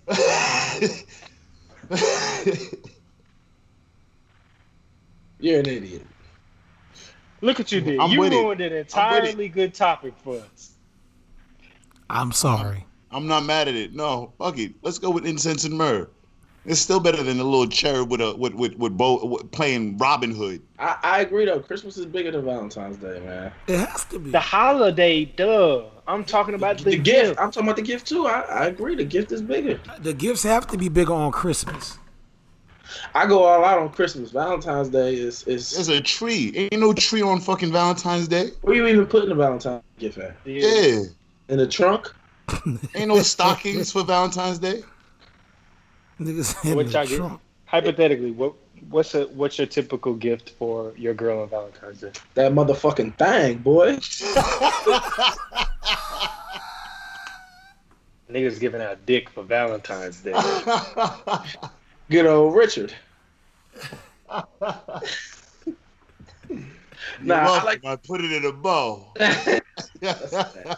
Speaker 4: You're an idiot.
Speaker 5: Look what you did.
Speaker 2: I'm
Speaker 5: you
Speaker 2: with it.
Speaker 5: ruined an entirely good topic for us.
Speaker 3: I'm sorry.
Speaker 2: I'm not mad at it. No, fuck it. Let's go with incense and myrrh. It's still better than a little cherub with a with with with, bo- with playing Robin Hood.
Speaker 4: I, I agree though. Christmas is bigger than Valentine's Day, man.
Speaker 3: It has to be.
Speaker 5: The holiday, duh. I'm talking about the,
Speaker 4: The
Speaker 5: gift.
Speaker 4: gift. I'm talking about the gift too. I, I agree. The gift is bigger.
Speaker 3: The gifts have to be bigger on Christmas. *laughs*
Speaker 4: I go all out on Christmas. Valentine's Day is is.
Speaker 2: There's a tree. Ain't no tree on fucking Valentine's Day.
Speaker 4: Where you even putting the Valentine's gift at?
Speaker 2: Yeah.
Speaker 4: In the trunk? *laughs*
Speaker 2: Ain't no stockings for Valentine's Day.
Speaker 3: Niggas in
Speaker 5: What
Speaker 3: the
Speaker 5: y'all get?
Speaker 3: trunk.
Speaker 5: hypothetically, what what's a what's your typical gift for your girl on Valentine's Day?
Speaker 4: That motherfucking thing, boy.
Speaker 5: Niggas giving out dick for Valentine's
Speaker 2: *laughs*
Speaker 5: Day.
Speaker 4: Good old Richard. Nah, I
Speaker 2: welcome.
Speaker 4: like-
Speaker 2: I put it in a
Speaker 4: *laughs*
Speaker 2: bow. *laughs*
Speaker 5: *laughs*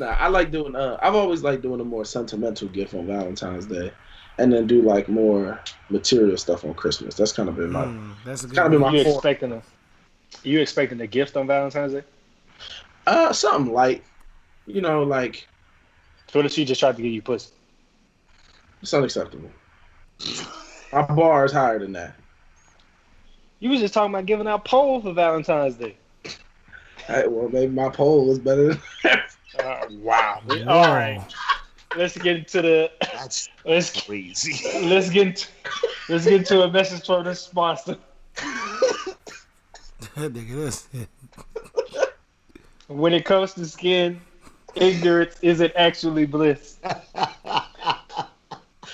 Speaker 4: Nah, I like doing. Uh, I've always liked doing a more sentimental gift on Valentine's Day, and then do like more material stuff on Christmas. That's kind of been my.
Speaker 3: Mm, that's a good.
Speaker 4: Gotta be
Speaker 3: one.
Speaker 4: my
Speaker 5: You
Speaker 4: fault.
Speaker 5: expecting a you expecting a gift on Valentine's Day?
Speaker 4: Uh, something light, you know, like
Speaker 5: What if she just tried to give you pussy?
Speaker 4: it's unacceptable. My bar is higher than that.
Speaker 5: You was just talking about giving out poll for Valentine's Day.
Speaker 4: Hey, well, maybe my poll was better. Than
Speaker 5: Uh, wow.
Speaker 3: Whoa.
Speaker 5: All right. Let's get into the
Speaker 2: That's
Speaker 5: let's
Speaker 2: crazy.
Speaker 5: let's get into, let's get into a message from this sponsor.
Speaker 3: *laughs* Nigga, that's it.
Speaker 5: When it comes to skin, ignorance isn't actually bliss.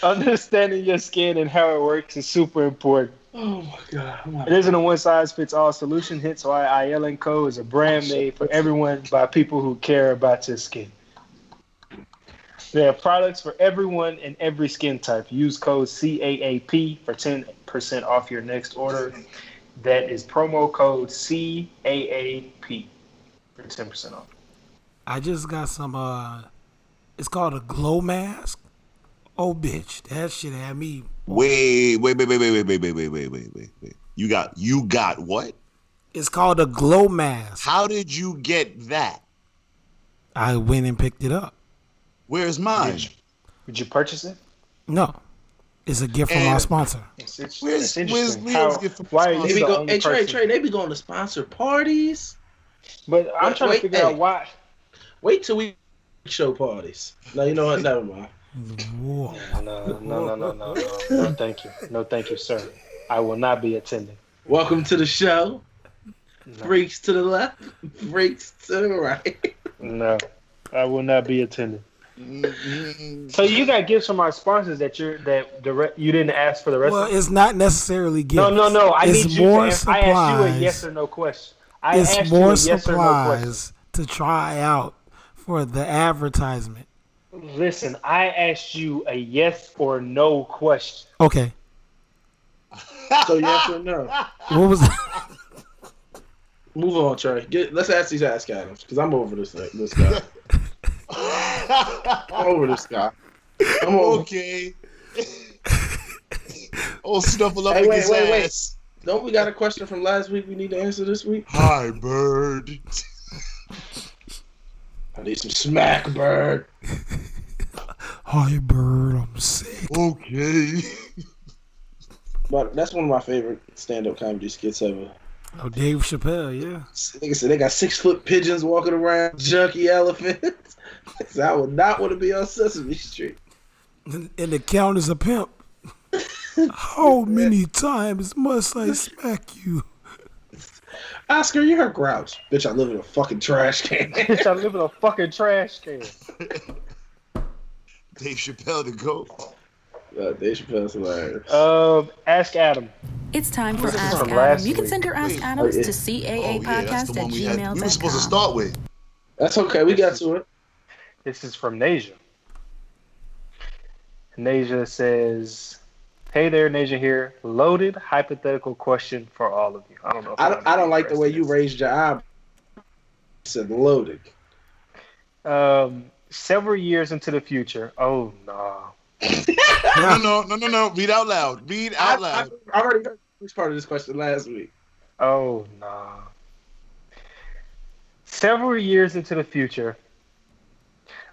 Speaker 5: Understanding your skin and how it works is super important.
Speaker 4: oh my god! I'm
Speaker 5: It
Speaker 4: like,
Speaker 5: isn't a one size fits all solution, hence why IL and Co. is a
Speaker 4: Oh,
Speaker 5: brand made for everyone by people who care about your skin. There are products for everyone and every skin type. Use code CAAP for 10% off your next order. That is promo code CAAP for 10% off.
Speaker 3: I just got some. uh It's called a glow mask. Oh, bitch, that shit had me.
Speaker 2: *laughs* Wait, wait, wait, wait, wait, wait, wait, wait, wait, wait, wait, wait, wait. You got you got what?
Speaker 3: It's called a glow mask.
Speaker 2: How did you get that?
Speaker 3: I went and picked it up.
Speaker 2: Where's mine?
Speaker 5: Would you purchase it?
Speaker 3: No, it's a gift from our
Speaker 2: And-
Speaker 3: sponsor.
Speaker 5: It's, it's,
Speaker 2: Where's-
Speaker 5: it's interesting.
Speaker 2: where's Leo's
Speaker 5: How-
Speaker 2: gift from
Speaker 5: why are you
Speaker 4: they be
Speaker 5: the
Speaker 4: go,
Speaker 5: only
Speaker 4: hey Trey,
Speaker 5: person-
Speaker 4: Trey, they be going to sponsor parties.
Speaker 5: But I'm
Speaker 4: Wait,
Speaker 5: trying
Speaker 4: wait,
Speaker 5: to figure
Speaker 4: hey.
Speaker 5: out why.
Speaker 4: Wait till we show parties. No, you know what? Never mind.
Speaker 3: Whoa.
Speaker 5: No, no, no, no, no, no, no. Thank you. No, thank you, sir. I will not be attending.
Speaker 4: Welcome to the show.
Speaker 5: No.
Speaker 4: Freaks to the left, freaks to the right.
Speaker 5: No, I will not be attending.
Speaker 4: Mm-hmm.
Speaker 2: Mm-mm.
Speaker 5: So you got gifts from our sponsors that you're that the re- you didn't ask for the rest.
Speaker 3: Well,
Speaker 5: of
Speaker 3: it's not necessarily gifts.
Speaker 5: No, no, no. I
Speaker 3: it's
Speaker 5: need you.
Speaker 3: more
Speaker 5: to, ask- I
Speaker 3: supplies.
Speaker 5: asked you a yes or no question. I
Speaker 3: it's
Speaker 5: asked
Speaker 3: more
Speaker 5: you a yes or no question.
Speaker 3: supplies to try out for the advertisement.
Speaker 5: Listen, I asked you a yes or no question. *laughs*
Speaker 3: Okay,
Speaker 4: So yes or no?
Speaker 3: what was? *laughs*
Speaker 4: Move on, Trey. Get, let's ask these ask items because I'm over this this guy. I'm over this guy. I'm over.
Speaker 2: *laughs* okay.
Speaker 4: *laughs*
Speaker 2: oh, snuffle up
Speaker 4: Hey, wait,
Speaker 2: his
Speaker 4: wait, wait.
Speaker 2: ass.
Speaker 4: Don't we got a question from last week? We need to answer this week.
Speaker 2: Hi, bird.
Speaker 4: I need some smack, bird.
Speaker 3: Hi, bird. I'm sick.
Speaker 2: Okay. *laughs*
Speaker 4: But that's one of my favorite stand-up comedy skits ever.
Speaker 3: Oh, Dave Chappelle. Yeah.
Speaker 4: They said they got six-foot pigeons walking around, junky elephants. *laughs* so I would not want to be on Sesame Street.
Speaker 3: and the count is a pimp.
Speaker 5: *laughs*
Speaker 3: How many times must I smack you?
Speaker 4: Oscar, you're a grouch, bitch. I live in a fucking trash
Speaker 3: *laughs*
Speaker 4: can.
Speaker 5: Bitch, I live in a fucking trash can.
Speaker 2: Dave Chappelle the goat.
Speaker 4: uh, Dave Chappelle's hilarious.
Speaker 3: Uh,
Speaker 5: Um, ask Adam.
Speaker 1: It's time for
Speaker 2: Who's this
Speaker 1: Ask
Speaker 5: from last
Speaker 1: Adam. You can
Speaker 5: week?
Speaker 1: send your Ask
Speaker 2: Wait.
Speaker 1: Adams
Speaker 4: Oh, yeah.
Speaker 1: to CAA
Speaker 2: Oh yeah, that's the
Speaker 1: podcast at
Speaker 2: one we had.
Speaker 1: gmail.com.
Speaker 2: We were supposed to start with.
Speaker 4: That's okay. We got to it.
Speaker 5: This is from Nasia. Nasia says, "Hey there, Nasia here. Loaded hypothetical question for all of you. I don't know. if
Speaker 4: I
Speaker 5: I'm
Speaker 4: don't,
Speaker 5: gonna
Speaker 4: I don't like the
Speaker 5: address
Speaker 4: way you
Speaker 5: this.
Speaker 4: raised your eye. Said loaded.
Speaker 5: Um, several years into the future. Oh no.
Speaker 2: No, no, no, no, no. Read out loud. Read
Speaker 4: I,
Speaker 2: out
Speaker 4: I,
Speaker 2: loud.
Speaker 4: I already heard the first part of this question last week.
Speaker 5: Oh no. Several years into the future,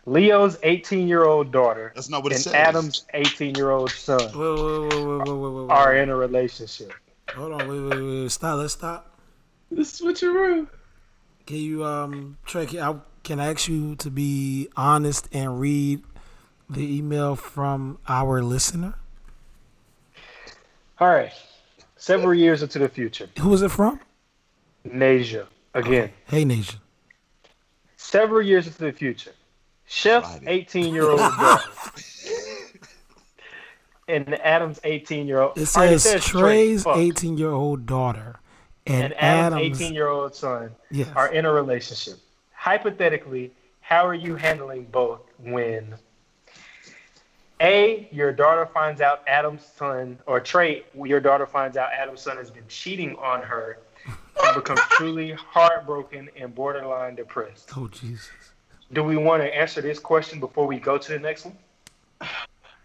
Speaker 5: Leo's 18-year-old daughter
Speaker 2: That's not what it
Speaker 5: and
Speaker 2: says.
Speaker 5: Adam's 18-year-old son
Speaker 3: Wait, wait, wait, wait, wait, wait, wait, wait.
Speaker 5: are in a relationship."
Speaker 3: Hold on, wait, wait, wait, wait. Stop. Let's stop.
Speaker 4: This is what you were.
Speaker 3: Can you, um, Trey? Can I, can I ask you to be honest and read the email from our listener?
Speaker 5: All right. Several years into the future,
Speaker 3: Who is it from?
Speaker 5: Nasia again.
Speaker 3: Hey, Nation.
Speaker 5: several years into the future, Chef's
Speaker 2: Friday.
Speaker 5: 18 year old daughter and Adam's 18 year old.
Speaker 3: It says Trey's 18 year old daughter and,
Speaker 5: and
Speaker 3: Adam's,
Speaker 5: Adam's 18 year old son
Speaker 3: Yes.
Speaker 5: are in a relationship. Hypothetically, how are you handling both when A, your daughter finds out Adam's son, or Trey, your daughter finds out Adam's son has been cheating on her and becomes
Speaker 3: *laughs*
Speaker 5: truly heartbroken and borderline depressed?
Speaker 3: Oh, Jesus.
Speaker 5: Do we want to answer this question before we go to the next one?
Speaker 4: Uh,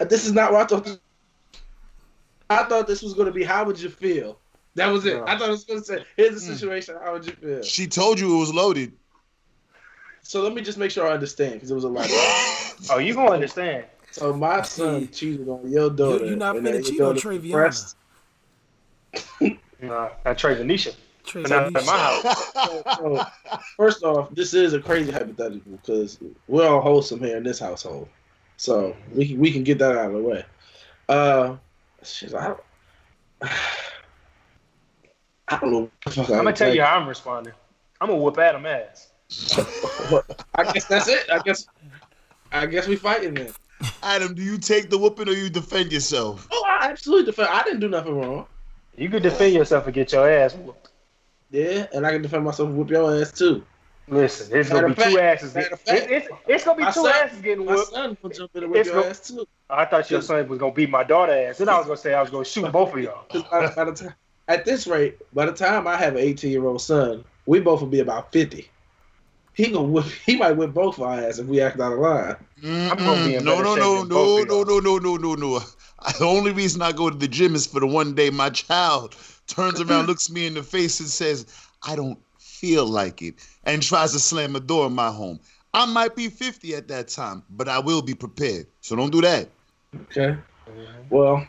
Speaker 4: This is not what I thought. This, I thought this was going to be. How would you feel? That was it.
Speaker 5: No.
Speaker 4: I thought it was going to say, "Here's
Speaker 3: Hmm.
Speaker 4: the situation. How would you feel?"
Speaker 2: She told you it was loaded.
Speaker 4: So let me just make sure I understand because it was
Speaker 3: *laughs*
Speaker 4: a lot.
Speaker 5: Oh, you going to understand.
Speaker 4: so my son cheated on your daughter.
Speaker 3: you not
Speaker 4: and now
Speaker 3: finna
Speaker 4: your
Speaker 3: cheat on
Speaker 4: daughter's
Speaker 3: Treviana.
Speaker 4: depressed.
Speaker 5: Nah, not Trey Venetia.
Speaker 3: Trey,
Speaker 5: But not
Speaker 3: you-
Speaker 5: at my house.
Speaker 4: Oh.
Speaker 2: *laughs*
Speaker 4: So, first off, this is a crazy hypothetical because we're all wholesome here in this household, so we can, we can get that out of the way. Uh, shit, I don't, *sighs* I don't know. What the fuck
Speaker 5: I'm going to tell you how I'm responding. I'm going to whoop Adam ass.
Speaker 4: I guess that's it. I guess I guess we fighting then.
Speaker 2: Adam, do you take the whooping or you defend yourself?
Speaker 4: Oh, I absolutely defend. I didn't do nothing wrong.
Speaker 5: You could defend yourself and get your ass whooped.
Speaker 4: Yeah, and I can defend myself. and Whoop your ass too.
Speaker 5: Listen, it's
Speaker 4: Matter
Speaker 5: gonna be
Speaker 4: of fact-
Speaker 5: two asses.
Speaker 4: matter
Speaker 5: Getting,
Speaker 4: of fact,
Speaker 5: it- it's, it's gonna
Speaker 4: my
Speaker 5: be two
Speaker 4: son-
Speaker 5: asses getting
Speaker 4: My
Speaker 5: whooped.
Speaker 4: son gonna jump in and whip
Speaker 5: It's
Speaker 4: your
Speaker 5: no-
Speaker 4: ass too.
Speaker 5: I thought your son was gonna beat my daughter ass. Then I was gonna say I was gonna shoot both of y'all.
Speaker 4: 'Cause by, by the time, at this rate, by the time I have an 18 year old son, we both will be about 50. He gonna whip, he might whip both our ass if we act out of line.
Speaker 5: I'm gonna be
Speaker 2: Mm-mm.
Speaker 5: in
Speaker 2: No,
Speaker 5: better
Speaker 2: no,
Speaker 5: shape
Speaker 2: no,
Speaker 5: than both
Speaker 2: no,
Speaker 5: of
Speaker 2: no,
Speaker 5: y'all.
Speaker 2: no, no, no, no, no. *laughs* I- The only reason I go to the gym is for the one day my child *laughs* turns
Speaker 5: *clears throat*
Speaker 2: around, looks me in the face, and says, "I don't feel like it," and tries to slam a door in my home. I might be 50 at that time, but I will be prepared. So don't do that.
Speaker 4: Okay.
Speaker 5: Mm-hmm.
Speaker 4: Well,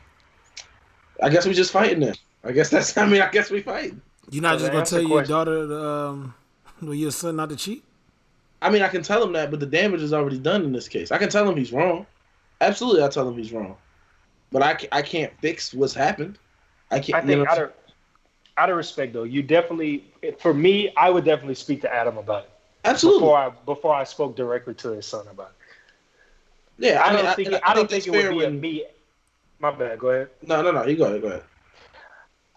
Speaker 4: I guess we just fighting then. I guess that's. *laughs* I mean, I guess we fighting.
Speaker 3: You're not
Speaker 5: So
Speaker 3: just
Speaker 5: to
Speaker 3: gonna
Speaker 5: answer
Speaker 3: tell
Speaker 5: the
Speaker 3: your
Speaker 5: question-
Speaker 3: daughter, to, um, well, your son not to cheat.
Speaker 4: I mean, I can tell him that, but the damage is already done in this case. I can tell him he's wrong. Absolutely, I tell him he's wrong. But I, ca- I can't fix what's happened. I can't.
Speaker 5: I
Speaker 4: you know
Speaker 5: think
Speaker 4: what I'm
Speaker 5: out of out of respect though, you definitely for me, I would definitely speak to Adam about it
Speaker 4: saying? absolutely.
Speaker 5: before I before I spoke directly to his son about it.
Speaker 4: yeah,
Speaker 5: I,
Speaker 4: mean,
Speaker 5: don't think I, don't
Speaker 4: that's
Speaker 5: think it would
Speaker 4: fair
Speaker 5: be a
Speaker 4: when-
Speaker 5: me. My bad. Go ahead.
Speaker 4: No, no, no. You go ahead. Go ahead.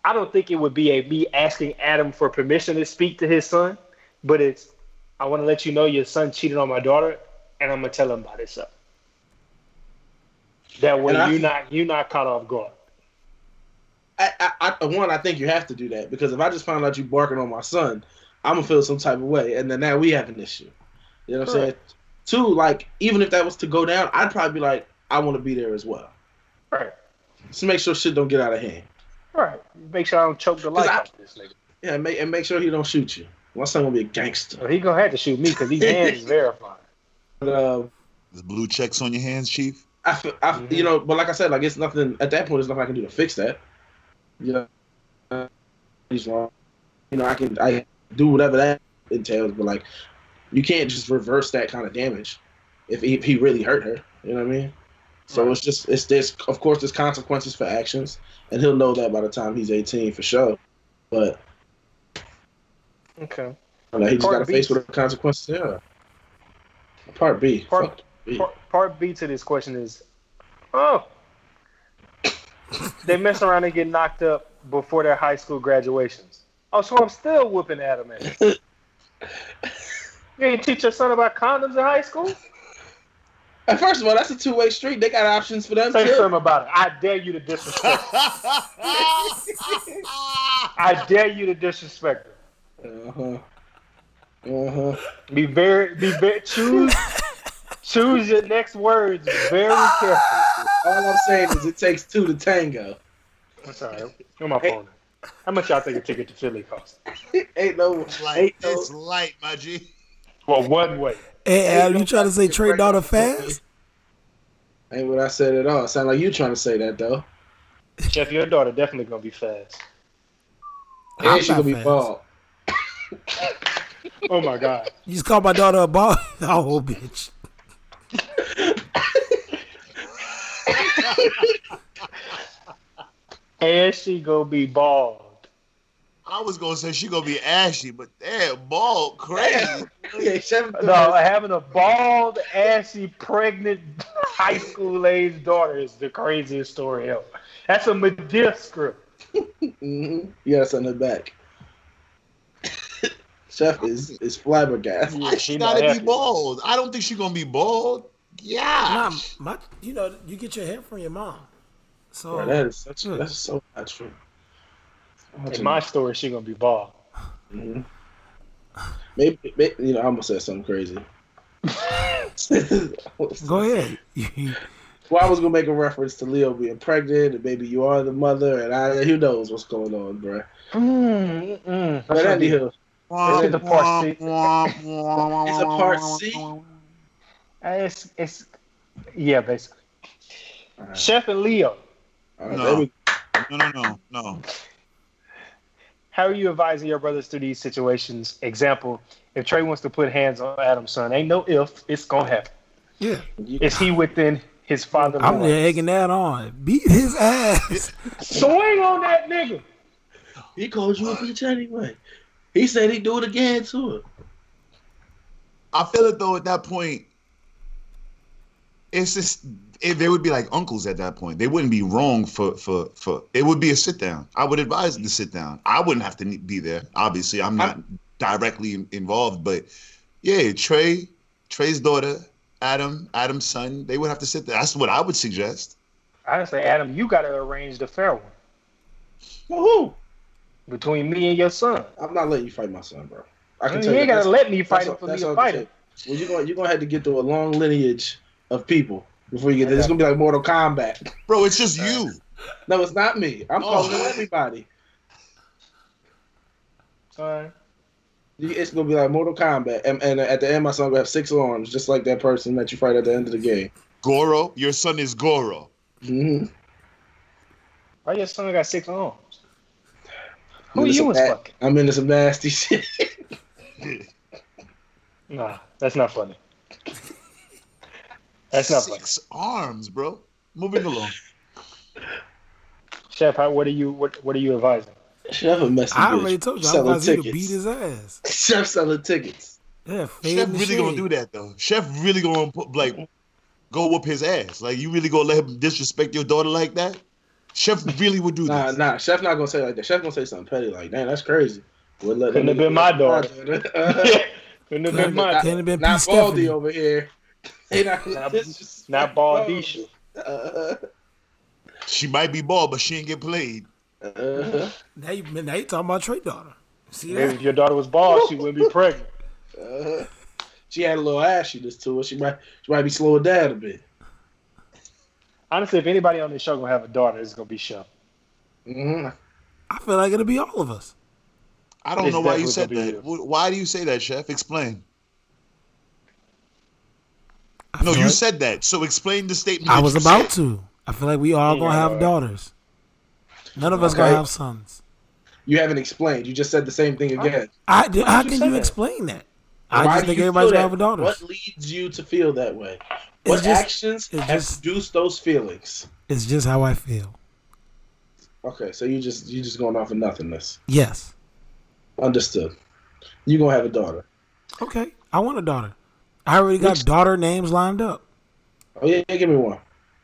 Speaker 5: I don't think it would be a me asking Adam for permission to speak to his son, but it's I want to let you know your son cheated on my daughter, and I'm gonna tell him about it. So that way
Speaker 4: And I-
Speaker 5: you not you not caught off guard.
Speaker 4: I, I, I, one, I think you have to do that because if I just find out you barking on my son, I'm gonna feel some type of way, and then now we have an issue. You know what I'm saying? Two, like even if that was to go down, I'd probably be like, I want to be there as well,
Speaker 5: Right,
Speaker 4: just to make sure shit don't get out of hand.
Speaker 5: right. Make sure I don't choke the
Speaker 4: 'Cause
Speaker 5: life
Speaker 4: I-
Speaker 5: out
Speaker 4: *laughs*
Speaker 5: of this nigga.
Speaker 4: Yeah, and make, and make sure he don't shoot you. My son gonna be a gangster.
Speaker 5: So he gonna have to shoot me
Speaker 4: *laughs*
Speaker 5: because these hands is verified.
Speaker 4: But, uh,
Speaker 2: There's blue checks on your hands, Chief. *laughs*
Speaker 4: I, f- I f-
Speaker 5: Mm-hmm.
Speaker 4: you know, but like I said, like it's nothing at that point. There's nothing I can do to fix that. You know, uh, he's wrong. You know, I can I do whatever that entails, but like, you can't just reverse that kind of damage if he, if he really hurt her. You know what I mean? So it's just it's there's of course there's consequences for actions, and he'll know that by the time he's 18 for sure. But
Speaker 5: Okay.
Speaker 4: you know, he just
Speaker 5: Part
Speaker 4: got to
Speaker 5: B.
Speaker 4: face what the consequences are. Part B.
Speaker 5: Part-
Speaker 4: Fuck B.
Speaker 5: Part, part B to this question is, oh, *coughs* they mess around and get knocked up before their high school graduations. Oh, so I'm still whooping Adam ass. *laughs* you ain't teach your son about condoms in high school?
Speaker 4: And first of all, that's a two way street. They got options for them
Speaker 5: Say
Speaker 4: too.
Speaker 5: something about it. I dare you to disrespect. her. I dare you to disrespect. her.
Speaker 4: Uh-huh. Uh-huh.
Speaker 5: Be very, be very, choose, choose your next words very carefully.
Speaker 4: All I'm saying is it takes two to tango.
Speaker 5: I'm sorry. Where my phone? at? How much y'all think a ticket to Philly costs?
Speaker 4: *laughs* ain't no
Speaker 2: Light,
Speaker 4: ain't no,
Speaker 2: it's light, my G.
Speaker 5: Well, one way.
Speaker 3: Hey, Adam, you
Speaker 4: no
Speaker 3: trying to say
Speaker 4: fucking
Speaker 3: Trey
Speaker 4: break.
Speaker 3: daughter fast?
Speaker 4: ain't what I said at all. Sound like you trying to say that though.
Speaker 5: Jeff, your daughter definitely gonna be fast.
Speaker 3: I'm
Speaker 4: And she
Speaker 3: not
Speaker 4: gonna be
Speaker 3: fast.
Speaker 4: bald.
Speaker 5: Oh my god.
Speaker 3: You just called my daughter a ball. *laughs* oh, bitch.
Speaker 5: And she gonna be bald.
Speaker 2: I was gonna say she gonna be ashy, but damn, bald, crazy.
Speaker 4: *laughs* Yeah, Chef
Speaker 5: No, having a bald, ashy, pregnant high school age daughter is the craziest story ever. That's a Medea script.
Speaker 4: Mm-hmm. You gotta send her *laughs* back. Chef is is flabbergasted.
Speaker 5: Yeah,
Speaker 2: she
Speaker 5: she
Speaker 2: gotta
Speaker 5: not
Speaker 2: be
Speaker 5: happy.
Speaker 2: bald. I don't think she's gonna be bald. Yeah.
Speaker 3: Nah, my, you know, you get your hair from your mom. So
Speaker 4: Bro, that is such
Speaker 3: Good.
Speaker 4: that's so not true.
Speaker 5: In my story, she gonna be bald.
Speaker 4: Mhm. Maybe, may- you know I almost said something *laughs* crazy.
Speaker 3: go ahead. *laughs*
Speaker 4: Well, I was gonna make a reference to Leo being pregnant, and maybe you are the mother, and I who knows what's going on, bro.
Speaker 5: Mm, mm.
Speaker 4: But anywho,
Speaker 5: Let's get the part C.
Speaker 2: It's
Speaker 4: a part C?
Speaker 5: Uh, It's, it's yeah, basically.
Speaker 4: Alright.
Speaker 5: Chef and Leo,
Speaker 4: all right,
Speaker 2: No.
Speaker 4: there we
Speaker 2: No, no, no, no.
Speaker 5: how are you advising your brothers through these situations? Example: If Trey wants to put hands on Adam's son, ain't no if, it's gonna happen.
Speaker 3: yeah,
Speaker 5: Is he within his father?
Speaker 3: I'm there egging that on. Beat his ass.
Speaker 5: Swing on that nigga.
Speaker 4: He called you a bitch anyway. He said he'd do it again to her.
Speaker 2: I feel it though. At that point, it's just it, they would be like uncles at that point. They wouldn't be wrong for for for. It would be a sit down. I would advise them to sit down. I wouldn't have to ne- be there. Obviously, I'm not directly in- involved, but yeah, Trey, Trey's daughter, Adam, Adam's son. They would have to sit there. That's what I would suggest.
Speaker 5: I say, Adam, you gotta arrange the fair one
Speaker 4: Woohoo!
Speaker 5: between me and your son.
Speaker 4: I'm not letting you fight my son, bro. I
Speaker 5: You
Speaker 4: can tell you.
Speaker 5: ain't gotta
Speaker 4: that's-
Speaker 5: let me
Speaker 4: that's
Speaker 5: fight him
Speaker 4: all-
Speaker 5: for me
Speaker 4: that's
Speaker 5: to
Speaker 4: all I
Speaker 5: fight
Speaker 4: can
Speaker 5: him.
Speaker 4: say. Well, you're going you're gonna have to get through a long lineage of people before you get there. It's gonna be like Mortal Kombat. *laughs*
Speaker 2: Bro, it's just you.
Speaker 4: No, it's not me. I'm
Speaker 2: Oh.
Speaker 4: calling out everybody.
Speaker 5: Son,
Speaker 4: You- It's gonna be like Mortal Kombat, and, and at the end, my son gonna have six arms, just like that person that you fight at the end of the game.
Speaker 2: Goro, your son is Goro.
Speaker 4: Mm-hmm.
Speaker 5: why your son got six arms? Who you was fucking?
Speaker 4: I'm into some nasty *laughs* shit.
Speaker 5: Nah, that's
Speaker 4: *laughs*
Speaker 5: not funny. That's not funny.
Speaker 2: Six arms, bro. Moving along.
Speaker 3: *laughs*
Speaker 5: Chef, how, what are you what what are
Speaker 4: *laughs*
Speaker 5: you advising?
Speaker 4: Chef a messy
Speaker 3: I
Speaker 4: bitch.
Speaker 3: already told you I'm
Speaker 4: selling
Speaker 3: about to
Speaker 4: tickets.
Speaker 3: beat his ass.
Speaker 4: *laughs* Chef selling tickets.
Speaker 3: Yeah,
Speaker 2: Chef
Speaker 3: fading the
Speaker 2: really gonna do
Speaker 3: shade.
Speaker 2: that though. Chef really gonna put, like go whoop his ass. Like you really gonna let him disrespect your daughter like that? Chef really would do
Speaker 4: Nah,
Speaker 2: this.
Speaker 4: nah. Chef not gonna say it like that. Chef gonna say something petty like, "Damn, that's crazy." Would let
Speaker 5: Couldn't have been my
Speaker 4: *laughs*
Speaker 5: *laughs*
Speaker 4: daughter.
Speaker 5: Couldn't have
Speaker 3: Couldn't
Speaker 5: been my
Speaker 3: have- Couldn't have been P.
Speaker 4: not Baldy
Speaker 3: Stephanie.
Speaker 4: over here. *laughs* They not, *laughs*
Speaker 5: Not-
Speaker 4: disrespect
Speaker 5: *laughs* not Baldy.
Speaker 4: *laughs* Uh,
Speaker 2: She might be bald, but she ain't get played.
Speaker 4: uh,
Speaker 3: Now you, now you talking about Trey daughter. See
Speaker 5: Maybe
Speaker 3: that?
Speaker 5: if your daughter was bald, she
Speaker 4: *laughs*
Speaker 5: wouldn't be pregnant.
Speaker 4: uh. She had a little ashiness to her. She might, she might be slowing down a bit.
Speaker 5: Honestly, if anybody on this show gonna have a daughter, it's gonna be Chef.
Speaker 4: hmm
Speaker 3: I feel like it'll be all of us.
Speaker 2: I don't
Speaker 5: It's
Speaker 2: know why you
Speaker 5: definitely
Speaker 2: said
Speaker 5: gonna be
Speaker 2: that. Wh- Why do you say that, Chef? Explain.
Speaker 3: I
Speaker 2: No,
Speaker 3: feel
Speaker 2: you
Speaker 3: like-
Speaker 2: said that. So explain the statement.
Speaker 3: I
Speaker 2: that
Speaker 3: was
Speaker 2: you
Speaker 3: about
Speaker 2: said.
Speaker 3: to. I feel like we all gonna have
Speaker 5: Yeah.
Speaker 3: daughters. None of us gonna
Speaker 4: Okay.
Speaker 3: have sons.
Speaker 4: You haven't explained. You just said the same thing again.
Speaker 3: I, d- how
Speaker 5: you
Speaker 3: can
Speaker 5: say
Speaker 3: you
Speaker 5: that?
Speaker 3: explain that? I
Speaker 4: Why
Speaker 3: just
Speaker 4: do
Speaker 3: think
Speaker 4: you
Speaker 3: everybody's
Speaker 4: feel
Speaker 3: gonna have
Speaker 4: that?
Speaker 3: daughters.
Speaker 4: What leads you to feel that way?
Speaker 3: It's
Speaker 4: What
Speaker 3: just-
Speaker 4: actions
Speaker 3: it's
Speaker 4: have
Speaker 3: just-
Speaker 4: produced those feelings?
Speaker 3: It's just how I feel.
Speaker 4: Okay, so you just you just going off of nothingness.
Speaker 3: Yes.
Speaker 4: Understood. You gonna have a daughter.
Speaker 3: Okay. I want a daughter. I already got
Speaker 4: Which-
Speaker 3: daughter names lined up.
Speaker 4: Oh yeah, give me one.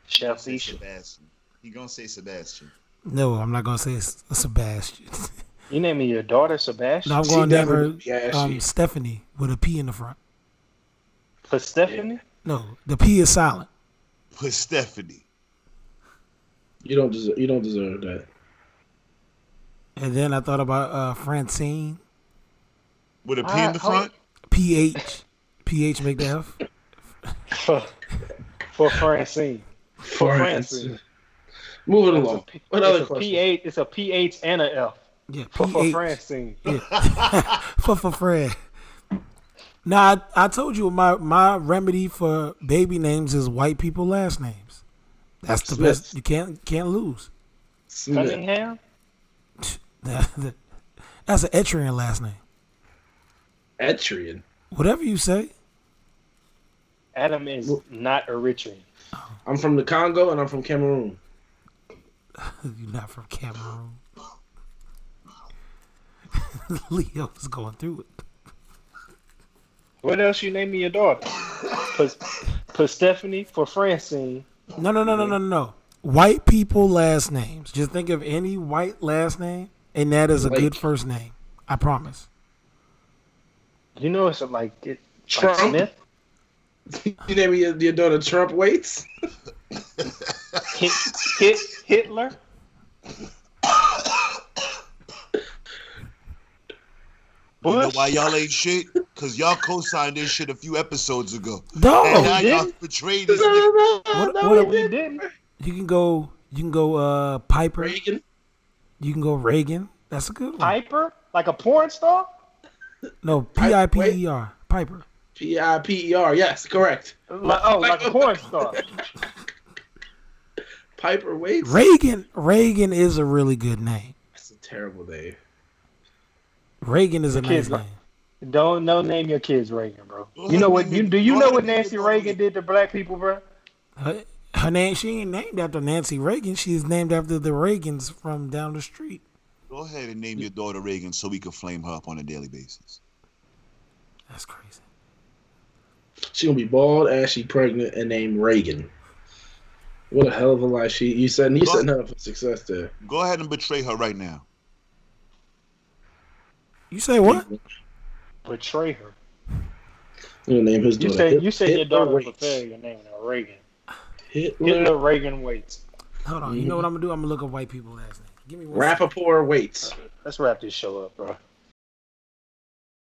Speaker 5: Chef
Speaker 2: Say
Speaker 5: Isha.
Speaker 2: Sebastian. He gonna say Sebastian.
Speaker 3: No, I'm not gonna say S- Sebastian.
Speaker 5: You naming your daughter
Speaker 3: *laughs*
Speaker 5: Sebastian?
Speaker 3: no, I'm
Speaker 4: She
Speaker 3: gonna name
Speaker 4: definitely
Speaker 3: her
Speaker 4: would be ashy.
Speaker 3: um, Stephanie with a P in the front.
Speaker 5: For
Speaker 4: *laughs*
Speaker 5: Stephanie?
Speaker 3: No, the P is silent.
Speaker 2: Put Stephanie.
Speaker 4: You don't deserve. You don't deserve that.
Speaker 3: And then I thought about uh, Francine.
Speaker 2: With a P
Speaker 5: Ah,
Speaker 2: in the
Speaker 5: how-
Speaker 2: front?
Speaker 3: PH. PH make the F.
Speaker 5: For, for Francine.
Speaker 4: For
Speaker 5: Francine.
Speaker 4: Moving
Speaker 5: It's a
Speaker 4: along.
Speaker 5: P-
Speaker 4: What
Speaker 5: it's
Speaker 4: other
Speaker 5: a
Speaker 4: question?
Speaker 5: PH, it's a PH and a F.
Speaker 3: Yeah,
Speaker 5: For, for
Speaker 3: PH.
Speaker 5: Francine.
Speaker 3: Yeah. *laughs* for for Fred. Now I, I told you my my remedy for baby names is white people last names. That's the
Speaker 4: Smith.
Speaker 3: best. You can't can't lose. *laughs*
Speaker 4: Smith.
Speaker 5: Cunningham?
Speaker 3: That's an Etrian last name.
Speaker 4: Etrian.
Speaker 3: Whatever you say. *laughs*
Speaker 5: Adam is not a Eritrean.
Speaker 4: I'm from the Congo and I'm from Cameroon.
Speaker 3: You're not from Cameroon. *laughs* Leo's going through it.
Speaker 5: What else you naming your daughter? Put, Put Stephanie for Francine.
Speaker 3: No, no, no, no, no, no. White people last names. Just think of any white last name, and that is a good
Speaker 4: Blake.
Speaker 3: first name. I promise.
Speaker 5: You know it's like it, like
Speaker 4: Trump.
Speaker 5: Smith.
Speaker 4: You name your, your daughter Trump Waits?
Speaker 5: Hit, hit, Hitler.
Speaker 2: You know
Speaker 5: Bush.
Speaker 2: why y'all ain't shit? Cause y'all co-signed this shit a few episodes ago. and
Speaker 3: No,
Speaker 2: now
Speaker 5: we
Speaker 2: y'all
Speaker 5: didn't?
Speaker 2: betrayed this. nigga.
Speaker 4: no,
Speaker 3: What-
Speaker 4: no,
Speaker 3: what-
Speaker 4: we
Speaker 5: we
Speaker 4: didn't.
Speaker 5: didn't.
Speaker 3: you can go. You can go. Uh, Piper.
Speaker 4: Reagan.
Speaker 3: You can go Reagan. That's a good one.
Speaker 5: Piper, like a porn star.
Speaker 3: No, P I P E R. Piper.
Speaker 4: P I P E R. Yes, correct.
Speaker 5: Like, oh, like a porn star.
Speaker 4: Piper Waits.
Speaker 3: Reagan. Reagan is a really good name.
Speaker 4: That's a terrible name.
Speaker 3: Reagan is a nice
Speaker 5: Kids,
Speaker 3: name.
Speaker 5: Don't no name your kids Reagan, bro. You know what? You do you know what Nancy Reagan did to black people, bro?
Speaker 3: Her, her name. She ain't named after Nancy Reagan. She's named after the Reagans from down the street.
Speaker 2: Go ahead and name your daughter Reagan so we can flame her up on a daily basis.
Speaker 3: That's crazy.
Speaker 4: She gonna be bald as she pregnant and named Reagan. What a hell of a life she you setting you setting her up for success there.
Speaker 2: Go ahead and betray her right now.
Speaker 3: You say what?
Speaker 5: Betray her.
Speaker 4: I'm gonna name his
Speaker 5: You
Speaker 4: daughter.
Speaker 5: said
Speaker 4: Hit-
Speaker 5: you said your
Speaker 4: Hitler
Speaker 5: daughter
Speaker 4: Waits.
Speaker 5: for failure naming her Reagan.
Speaker 4: Hitler
Speaker 5: Hitler Reagan waits.
Speaker 3: Hold on. You know what I'm gonna do? I'm gonna look up white people last name. Give me one.
Speaker 4: Rappaport Waits.
Speaker 5: Let's wrap this show up, bro.